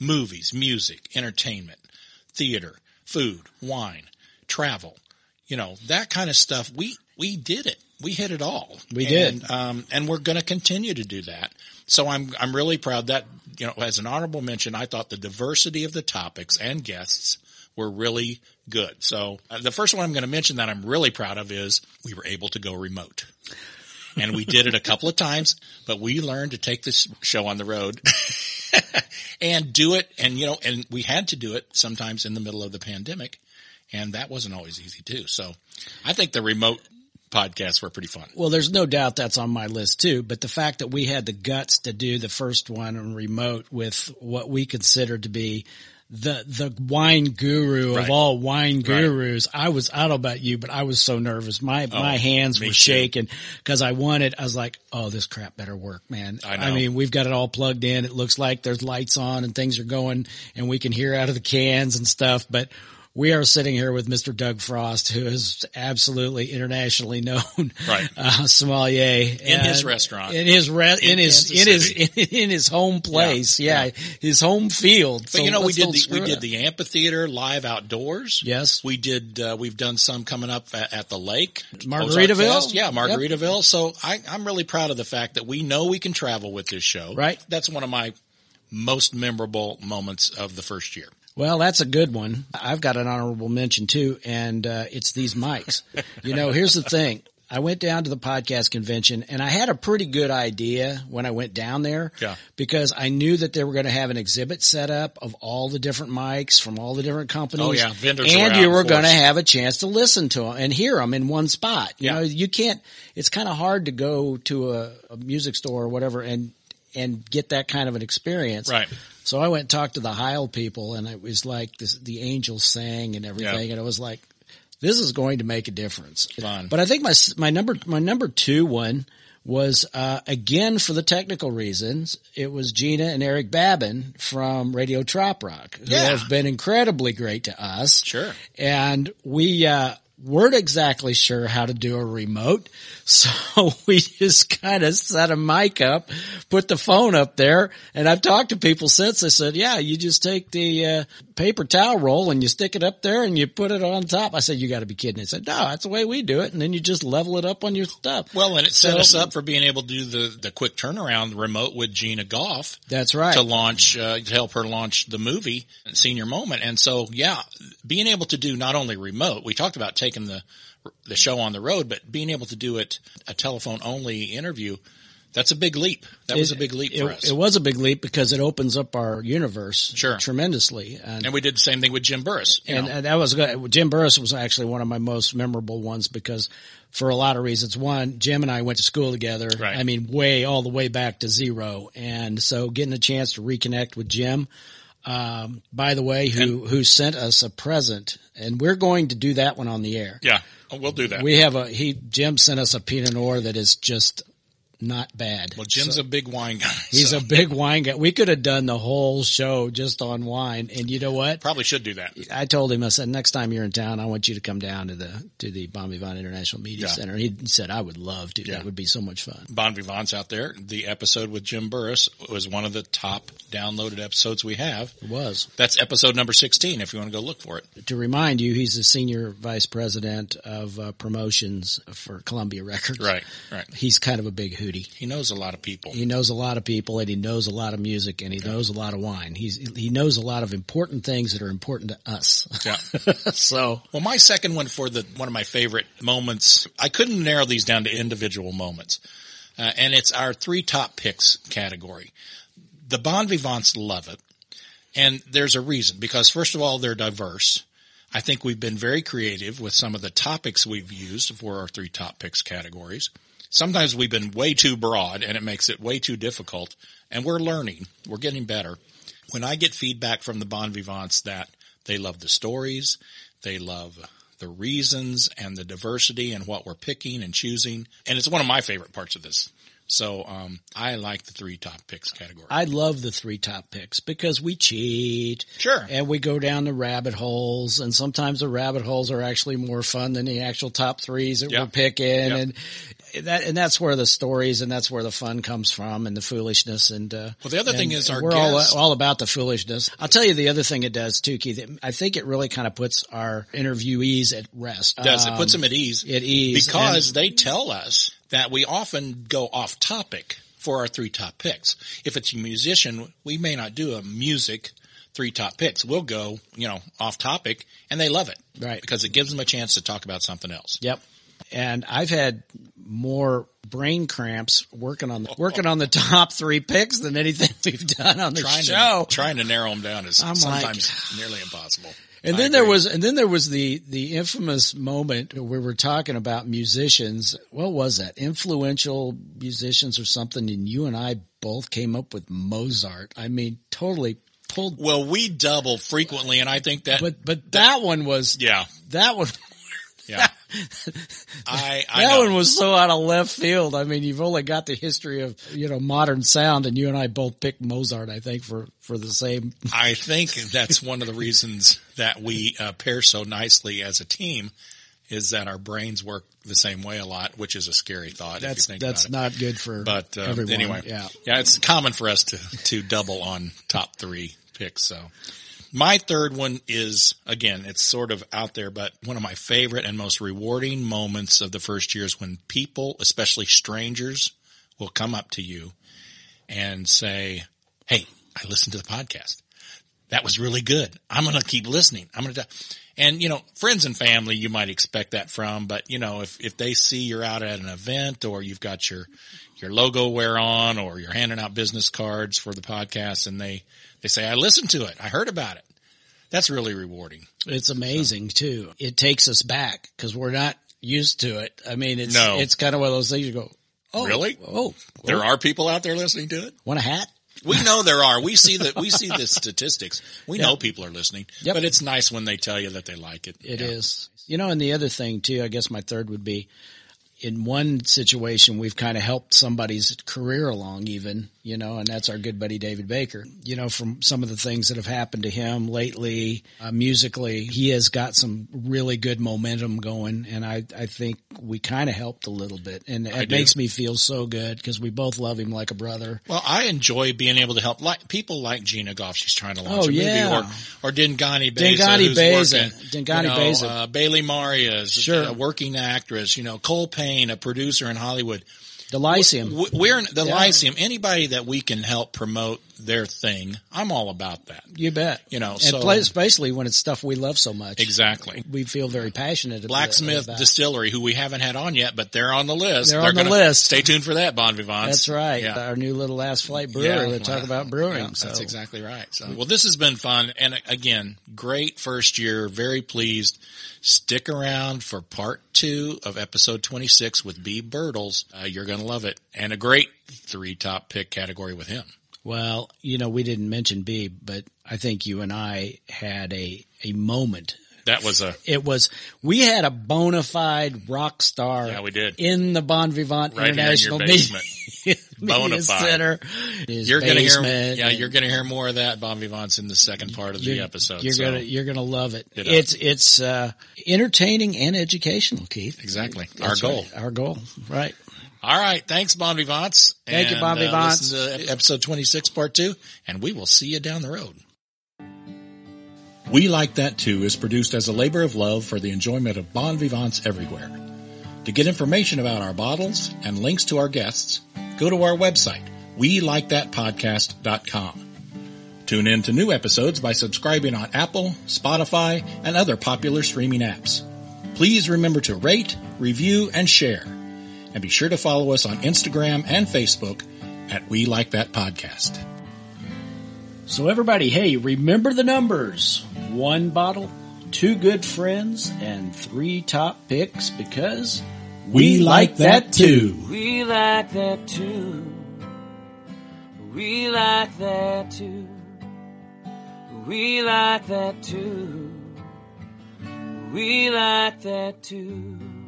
[SPEAKER 1] Movies, music, entertainment, theater, food, wine, travel, you know, that kind of stuff. We, we did it we hit it all.
[SPEAKER 2] We
[SPEAKER 1] and,
[SPEAKER 2] did,
[SPEAKER 1] um, and we're going to continue to do that. So I'm I'm really proud that you know as an honorable mention, I thought the diversity of the topics and guests were really good. So uh, the first one I'm going to mention that I'm really proud of is we were able to go remote. And we did it a couple of times, but we learned to take this show on the road and do it. And you know, and we had to do it sometimes in the middle of the pandemic. And that wasn't always easy too. So I think the remote podcasts were pretty fun.
[SPEAKER 2] Well, there's no doubt that's on my list too, but the fact that we had the guts to do the first one on remote with what we considered to be the the wine guru right. of all wine gurus. Right. I was I don't know about you, but I was so nervous. My oh, my hands were shaking because I wanted. I was like, oh, this crap better work, man.
[SPEAKER 1] I, know.
[SPEAKER 2] I mean, we've got it all plugged in. It looks like there's lights on and things are going, and we can hear out of the cans and stuff, but we are sitting here with Mr. Doug Frost, who is absolutely internationally known
[SPEAKER 1] right.
[SPEAKER 2] uh, sommelier
[SPEAKER 1] in his restaurant,
[SPEAKER 2] in his re- in, in, his in his in, in, his home place, yeah, yeah. yeah. his home field.
[SPEAKER 1] But so you know, we did the, we did the amphitheater live outdoors.
[SPEAKER 2] Yes,
[SPEAKER 1] we did. Uh, we've done some coming up at, at the lake,
[SPEAKER 2] Margaritaville.
[SPEAKER 1] Yeah, Margaritaville. Yep. So I, I'm really proud of the fact that we know we can travel with this show.
[SPEAKER 2] Right,
[SPEAKER 1] that's one of my most memorable moments of the first year.
[SPEAKER 2] Well, that's a good one. I've got an honorable mention too, and uh, it's these mics. you know, here's the thing. I went down to the podcast convention and I had a pretty good idea when I went down there
[SPEAKER 1] yeah.
[SPEAKER 2] because I knew that they were going to have an exhibit set up of all the different mics from all the different companies.
[SPEAKER 1] Oh yeah, vendors
[SPEAKER 2] And
[SPEAKER 1] around,
[SPEAKER 2] you were
[SPEAKER 1] going
[SPEAKER 2] to have a chance to listen to them and hear them in one spot. You
[SPEAKER 1] yeah.
[SPEAKER 2] know, you can't, it's kind of hard to go to a, a music store or whatever and and get that kind of an experience.
[SPEAKER 1] Right.
[SPEAKER 2] So I went and talked to the Heil people and it was like this, the angels sang and everything. Yeah. And it was like, this is going to make a difference.
[SPEAKER 1] Fun.
[SPEAKER 2] But I think my, my number, my number two one was, uh, again, for the technical reasons, it was Gina and Eric Babin from Radio Trop Rock who
[SPEAKER 1] yeah.
[SPEAKER 2] have been incredibly great to us.
[SPEAKER 1] Sure.
[SPEAKER 2] And we, uh, weren't exactly sure how to do a remote. So we just kind of set a mic up, put the phone up there. And I've talked to people since they said, yeah, you just take the uh, paper towel roll and you stick it up there and you put it on top. I said, you got to be kidding. They said, no, that's the way we do it. And then you just level it up on your stuff.
[SPEAKER 1] Well, and it set so, us up for being able to do the, the quick turnaround remote with Gina Goff.
[SPEAKER 2] That's right.
[SPEAKER 1] To launch, uh, to help her launch the movie senior moment. And so, yeah, being able to do not only remote, we talked about taking the the show on the road, but being able to do it a telephone only interview, that's a big leap. That
[SPEAKER 2] it,
[SPEAKER 1] was a big leap
[SPEAKER 2] it,
[SPEAKER 1] for us.
[SPEAKER 2] It was a big leap because it opens up our universe
[SPEAKER 1] sure.
[SPEAKER 2] tremendously.
[SPEAKER 1] And, and we did the same thing with Jim Burris.
[SPEAKER 2] And, and, that was good. Jim Burris was actually one of my most memorable ones because for a lot of reasons. One, Jim and I went to school together.
[SPEAKER 1] Right.
[SPEAKER 2] I mean, way all the way back to zero. And so getting a chance to reconnect with Jim um, by the way, who, who sent us a present, and we're going to do that one on the air.
[SPEAKER 1] Yeah, oh, we'll do that.
[SPEAKER 2] We have a he Jim sent us a Pinot Noir that is just not bad.
[SPEAKER 1] well, Jim's a big wine guy.
[SPEAKER 2] He's
[SPEAKER 1] so
[SPEAKER 2] a big wine guy. We could have done the whole show just on wine, and you know what?
[SPEAKER 1] probably should do that.
[SPEAKER 2] I told him, I said, next time you're in town, I want you to come down to the to the Bon Vivant International Media
[SPEAKER 1] Yeah.
[SPEAKER 2] Center. He said, I would love to. That would be so much fun.
[SPEAKER 1] Bon Vivant's out there. The episode with Jim Burris was one of the top downloaded episodes we have.
[SPEAKER 2] It was.
[SPEAKER 1] That's episode number 16 if you want to go look for it.
[SPEAKER 2] To remind you, he's the senior vice president of uh, promotions for Columbia Records.
[SPEAKER 1] Right, right.
[SPEAKER 2] He's kind of a big hootie.
[SPEAKER 1] He knows a lot of people.
[SPEAKER 2] He knows a lot of people and he knows a lot of music and he knows a lot of wine. He's, he knows a lot of important things that are important to us.
[SPEAKER 1] Yeah.
[SPEAKER 2] so
[SPEAKER 1] Well, my second one for the one of my favorite moments, I couldn't narrow these down to individual moments. Uh, and it's our three top picks category. The bon vivants love it. And there's a reason because first of all, they're diverse. I think we've been very creative with some of the topics we've used for our three top picks categories. Sometimes we've been way too broad and it makes it way too difficult and we're learning. We're getting better. When I get feedback from the Bon Vivants that they love the stories, they love the reasons and the diversity and what we're picking and choosing. And it's one of my favorite parts of this. So, um, I like the three top picks category.
[SPEAKER 2] I love the three top picks because we cheat.
[SPEAKER 1] Sure.
[SPEAKER 2] And we go down the rabbit holes and sometimes the rabbit holes are actually more fun than the actual top threes that
[SPEAKER 1] Yeah.
[SPEAKER 2] we're picking. And that, and that's where the stories and that's where the fun comes from and the foolishness. And, uh,
[SPEAKER 1] Well, the other
[SPEAKER 2] and-
[SPEAKER 1] thing is
[SPEAKER 2] and
[SPEAKER 1] our
[SPEAKER 2] we're all,
[SPEAKER 1] guests-
[SPEAKER 2] all about the foolishness. I'll tell you the other thing it does too, Keith. It- I think it really kind of puts our interviewees at rest.
[SPEAKER 1] does. it
[SPEAKER 2] Um,
[SPEAKER 1] puts them at ease.
[SPEAKER 2] at ease.
[SPEAKER 1] because they tell us that we often go off topic for our three top picks. If it's a musician, we may not do a music three top picks. We'll go, you know, off topic and they love it.
[SPEAKER 2] Right.
[SPEAKER 1] Because it gives them a chance to talk about something else.
[SPEAKER 2] Yep. And I've had more brain cramps working on the, working on the top three picks than anything we've done on the
[SPEAKER 1] Trying
[SPEAKER 2] show.
[SPEAKER 1] to, trying to narrow them down is
[SPEAKER 2] I'm like-
[SPEAKER 1] sometimes nearly impossible.
[SPEAKER 2] and
[SPEAKER 1] I
[SPEAKER 2] then there
[SPEAKER 1] agree.
[SPEAKER 2] was, and then there was the, the infamous moment where we're talking about musicians. What was that? Influential musicians or something. And you and I both came up with Mozart. I mean, totally pulled,
[SPEAKER 1] well, we double frequently and I think that,
[SPEAKER 2] but, but that one was,
[SPEAKER 1] yeah,
[SPEAKER 2] that one,
[SPEAKER 1] yeah. I, I
[SPEAKER 2] that
[SPEAKER 1] know.
[SPEAKER 2] one was so out of left field. I mean, you've only got the history of, you know, modern sound and you and I both picked Mozart, I think, for, for the same.
[SPEAKER 1] I think that's one of the reasons that we uh, pair so nicely as a team is that our brains work the same way a lot, which is a scary thought.
[SPEAKER 2] That's,
[SPEAKER 1] if you think
[SPEAKER 2] that's
[SPEAKER 1] about
[SPEAKER 2] not good for
[SPEAKER 1] It. But uh,
[SPEAKER 2] everyone.
[SPEAKER 1] anyway,
[SPEAKER 2] Yeah.
[SPEAKER 1] it's common for us to to double on top three picks. So my third one is again, it's sort of out there, but one of my favorite and most rewarding moments of the first year is when people, especially strangers, will come up to you and say, Hey, I listened to the podcast. That was really good. I'm going to keep listening. I'm going to, and you know, friends and family, you might expect that from, but you know, if, if they see you're out at an event or you've got your, your logo wear on or you're handing out business cards for the podcast and they, they say, I listened to it. I heard about it. That's really rewarding.
[SPEAKER 2] It's amazing too. It takes us back because we're not used to it. I mean, it's,
[SPEAKER 1] No.
[SPEAKER 2] it's kind of one of those things you go, Oh,
[SPEAKER 1] Really?
[SPEAKER 2] Oh,
[SPEAKER 1] There are people out there listening to it.
[SPEAKER 2] want a hat?
[SPEAKER 1] We know there are. We see that. We see the statistics. We know people are listening,
[SPEAKER 2] Yep.
[SPEAKER 1] but it's nice when they tell you that they like it.
[SPEAKER 2] It
[SPEAKER 1] Yeah.
[SPEAKER 2] is, You know, and the other thing too, I guess my third would be in one situation, we've kind of helped somebody's career along even, you know, and that's our good buddy David Baker, you know, from some of the things that have happened to him lately, uh, musically, he has got some really good momentum going. And I, I think we kind of helped a little bit and it
[SPEAKER 1] do.
[SPEAKER 2] makes me feel so good because we both love him like a brother.
[SPEAKER 1] Well, I enjoy being able to help like people like Gina Goff. She's trying to launch
[SPEAKER 2] Oh,
[SPEAKER 1] a
[SPEAKER 2] yeah.
[SPEAKER 1] movie, or or Dingani Beza,
[SPEAKER 2] Dingani
[SPEAKER 1] who's
[SPEAKER 2] Beza.
[SPEAKER 1] working,
[SPEAKER 2] Dingani
[SPEAKER 1] you know,
[SPEAKER 2] Beza.
[SPEAKER 1] uh, Bailey Marias,
[SPEAKER 2] Sure.
[SPEAKER 1] a working actress. You know, Cole Payne, a producer in Hollywood.
[SPEAKER 2] The Lyceum.
[SPEAKER 1] W- We're in the
[SPEAKER 2] Yeah.
[SPEAKER 1] Lyceum. Anybody that we can help promote their thing, I'm all about that.
[SPEAKER 2] You bet.
[SPEAKER 1] You know,
[SPEAKER 2] and
[SPEAKER 1] so-
[SPEAKER 2] pla- especially when it's stuff we love so much.
[SPEAKER 1] Exactly.
[SPEAKER 2] We feel very passionate about
[SPEAKER 1] Blacksmith
[SPEAKER 2] about.
[SPEAKER 1] Distillery, who we haven't had on yet, but they're on the list.
[SPEAKER 2] They're on the
[SPEAKER 1] gonna-
[SPEAKER 2] list.
[SPEAKER 1] Stay tuned for that, Bon Vivants.
[SPEAKER 2] That's right.
[SPEAKER 1] Yeah.
[SPEAKER 2] Our new little last flight brewery
[SPEAKER 1] Yeah,
[SPEAKER 2] that talk
[SPEAKER 1] wow.
[SPEAKER 2] about brewing.
[SPEAKER 1] Yeah,
[SPEAKER 2] so
[SPEAKER 1] That's exactly right. So, well, this has been fun. And uh, again, great first year. Very pleased. Stick around for part two of episode 26 with B. Birtles. Uh, you're going to love it. And a great three top pick category with him.
[SPEAKER 2] Well, you know, we didn't mention B, but I think you and I had a, a moment.
[SPEAKER 1] That was a
[SPEAKER 2] It was, we had a bona fide rock star.
[SPEAKER 1] Yeah, we did.
[SPEAKER 2] In the Bon Vivant
[SPEAKER 1] right here in your
[SPEAKER 2] International
[SPEAKER 1] basement.
[SPEAKER 2] Media,
[SPEAKER 1] Bona
[SPEAKER 2] Media
[SPEAKER 1] fide.
[SPEAKER 2] Center. His
[SPEAKER 1] You're going to hear,
[SPEAKER 2] basement
[SPEAKER 1] yeah,
[SPEAKER 2] and-
[SPEAKER 1] you're going to hear more of that Bon Vivants in the second part of the
[SPEAKER 2] you're-
[SPEAKER 1] episode.
[SPEAKER 2] You're
[SPEAKER 1] so-
[SPEAKER 2] gonna you're gonna love it.
[SPEAKER 1] Get up.
[SPEAKER 2] It's it's uh, entertaining and educational, Keith.
[SPEAKER 1] exactly
[SPEAKER 2] That's
[SPEAKER 1] our goal.
[SPEAKER 2] right. Our goal. Right.
[SPEAKER 1] All right, thanks Bon Vivants.
[SPEAKER 2] Thank you,
[SPEAKER 1] And,
[SPEAKER 2] Bon
[SPEAKER 1] uh,
[SPEAKER 2] Vivants.
[SPEAKER 1] listen to episode 26 part 2 and we will see you down the road. We Like That Too is produced as a labor of love for the enjoyment of Bon Vivants everywhere. To get information about our bottles and links to our guests, go to our website, welikethatpodcast.com. Tune in to new episodes by subscribing on Apple, Spotify, and other popular streaming apps. Please remember to rate, review, and share. And be sure to follow us on Instagram and Facebook at We Like That Podcast.
[SPEAKER 7] So everybody, hey, remember the numbers. One bottle, two good friends, and three top picks because
[SPEAKER 1] We like that too.
[SPEAKER 3] We like that too. We like that too. We like that too. We like that too.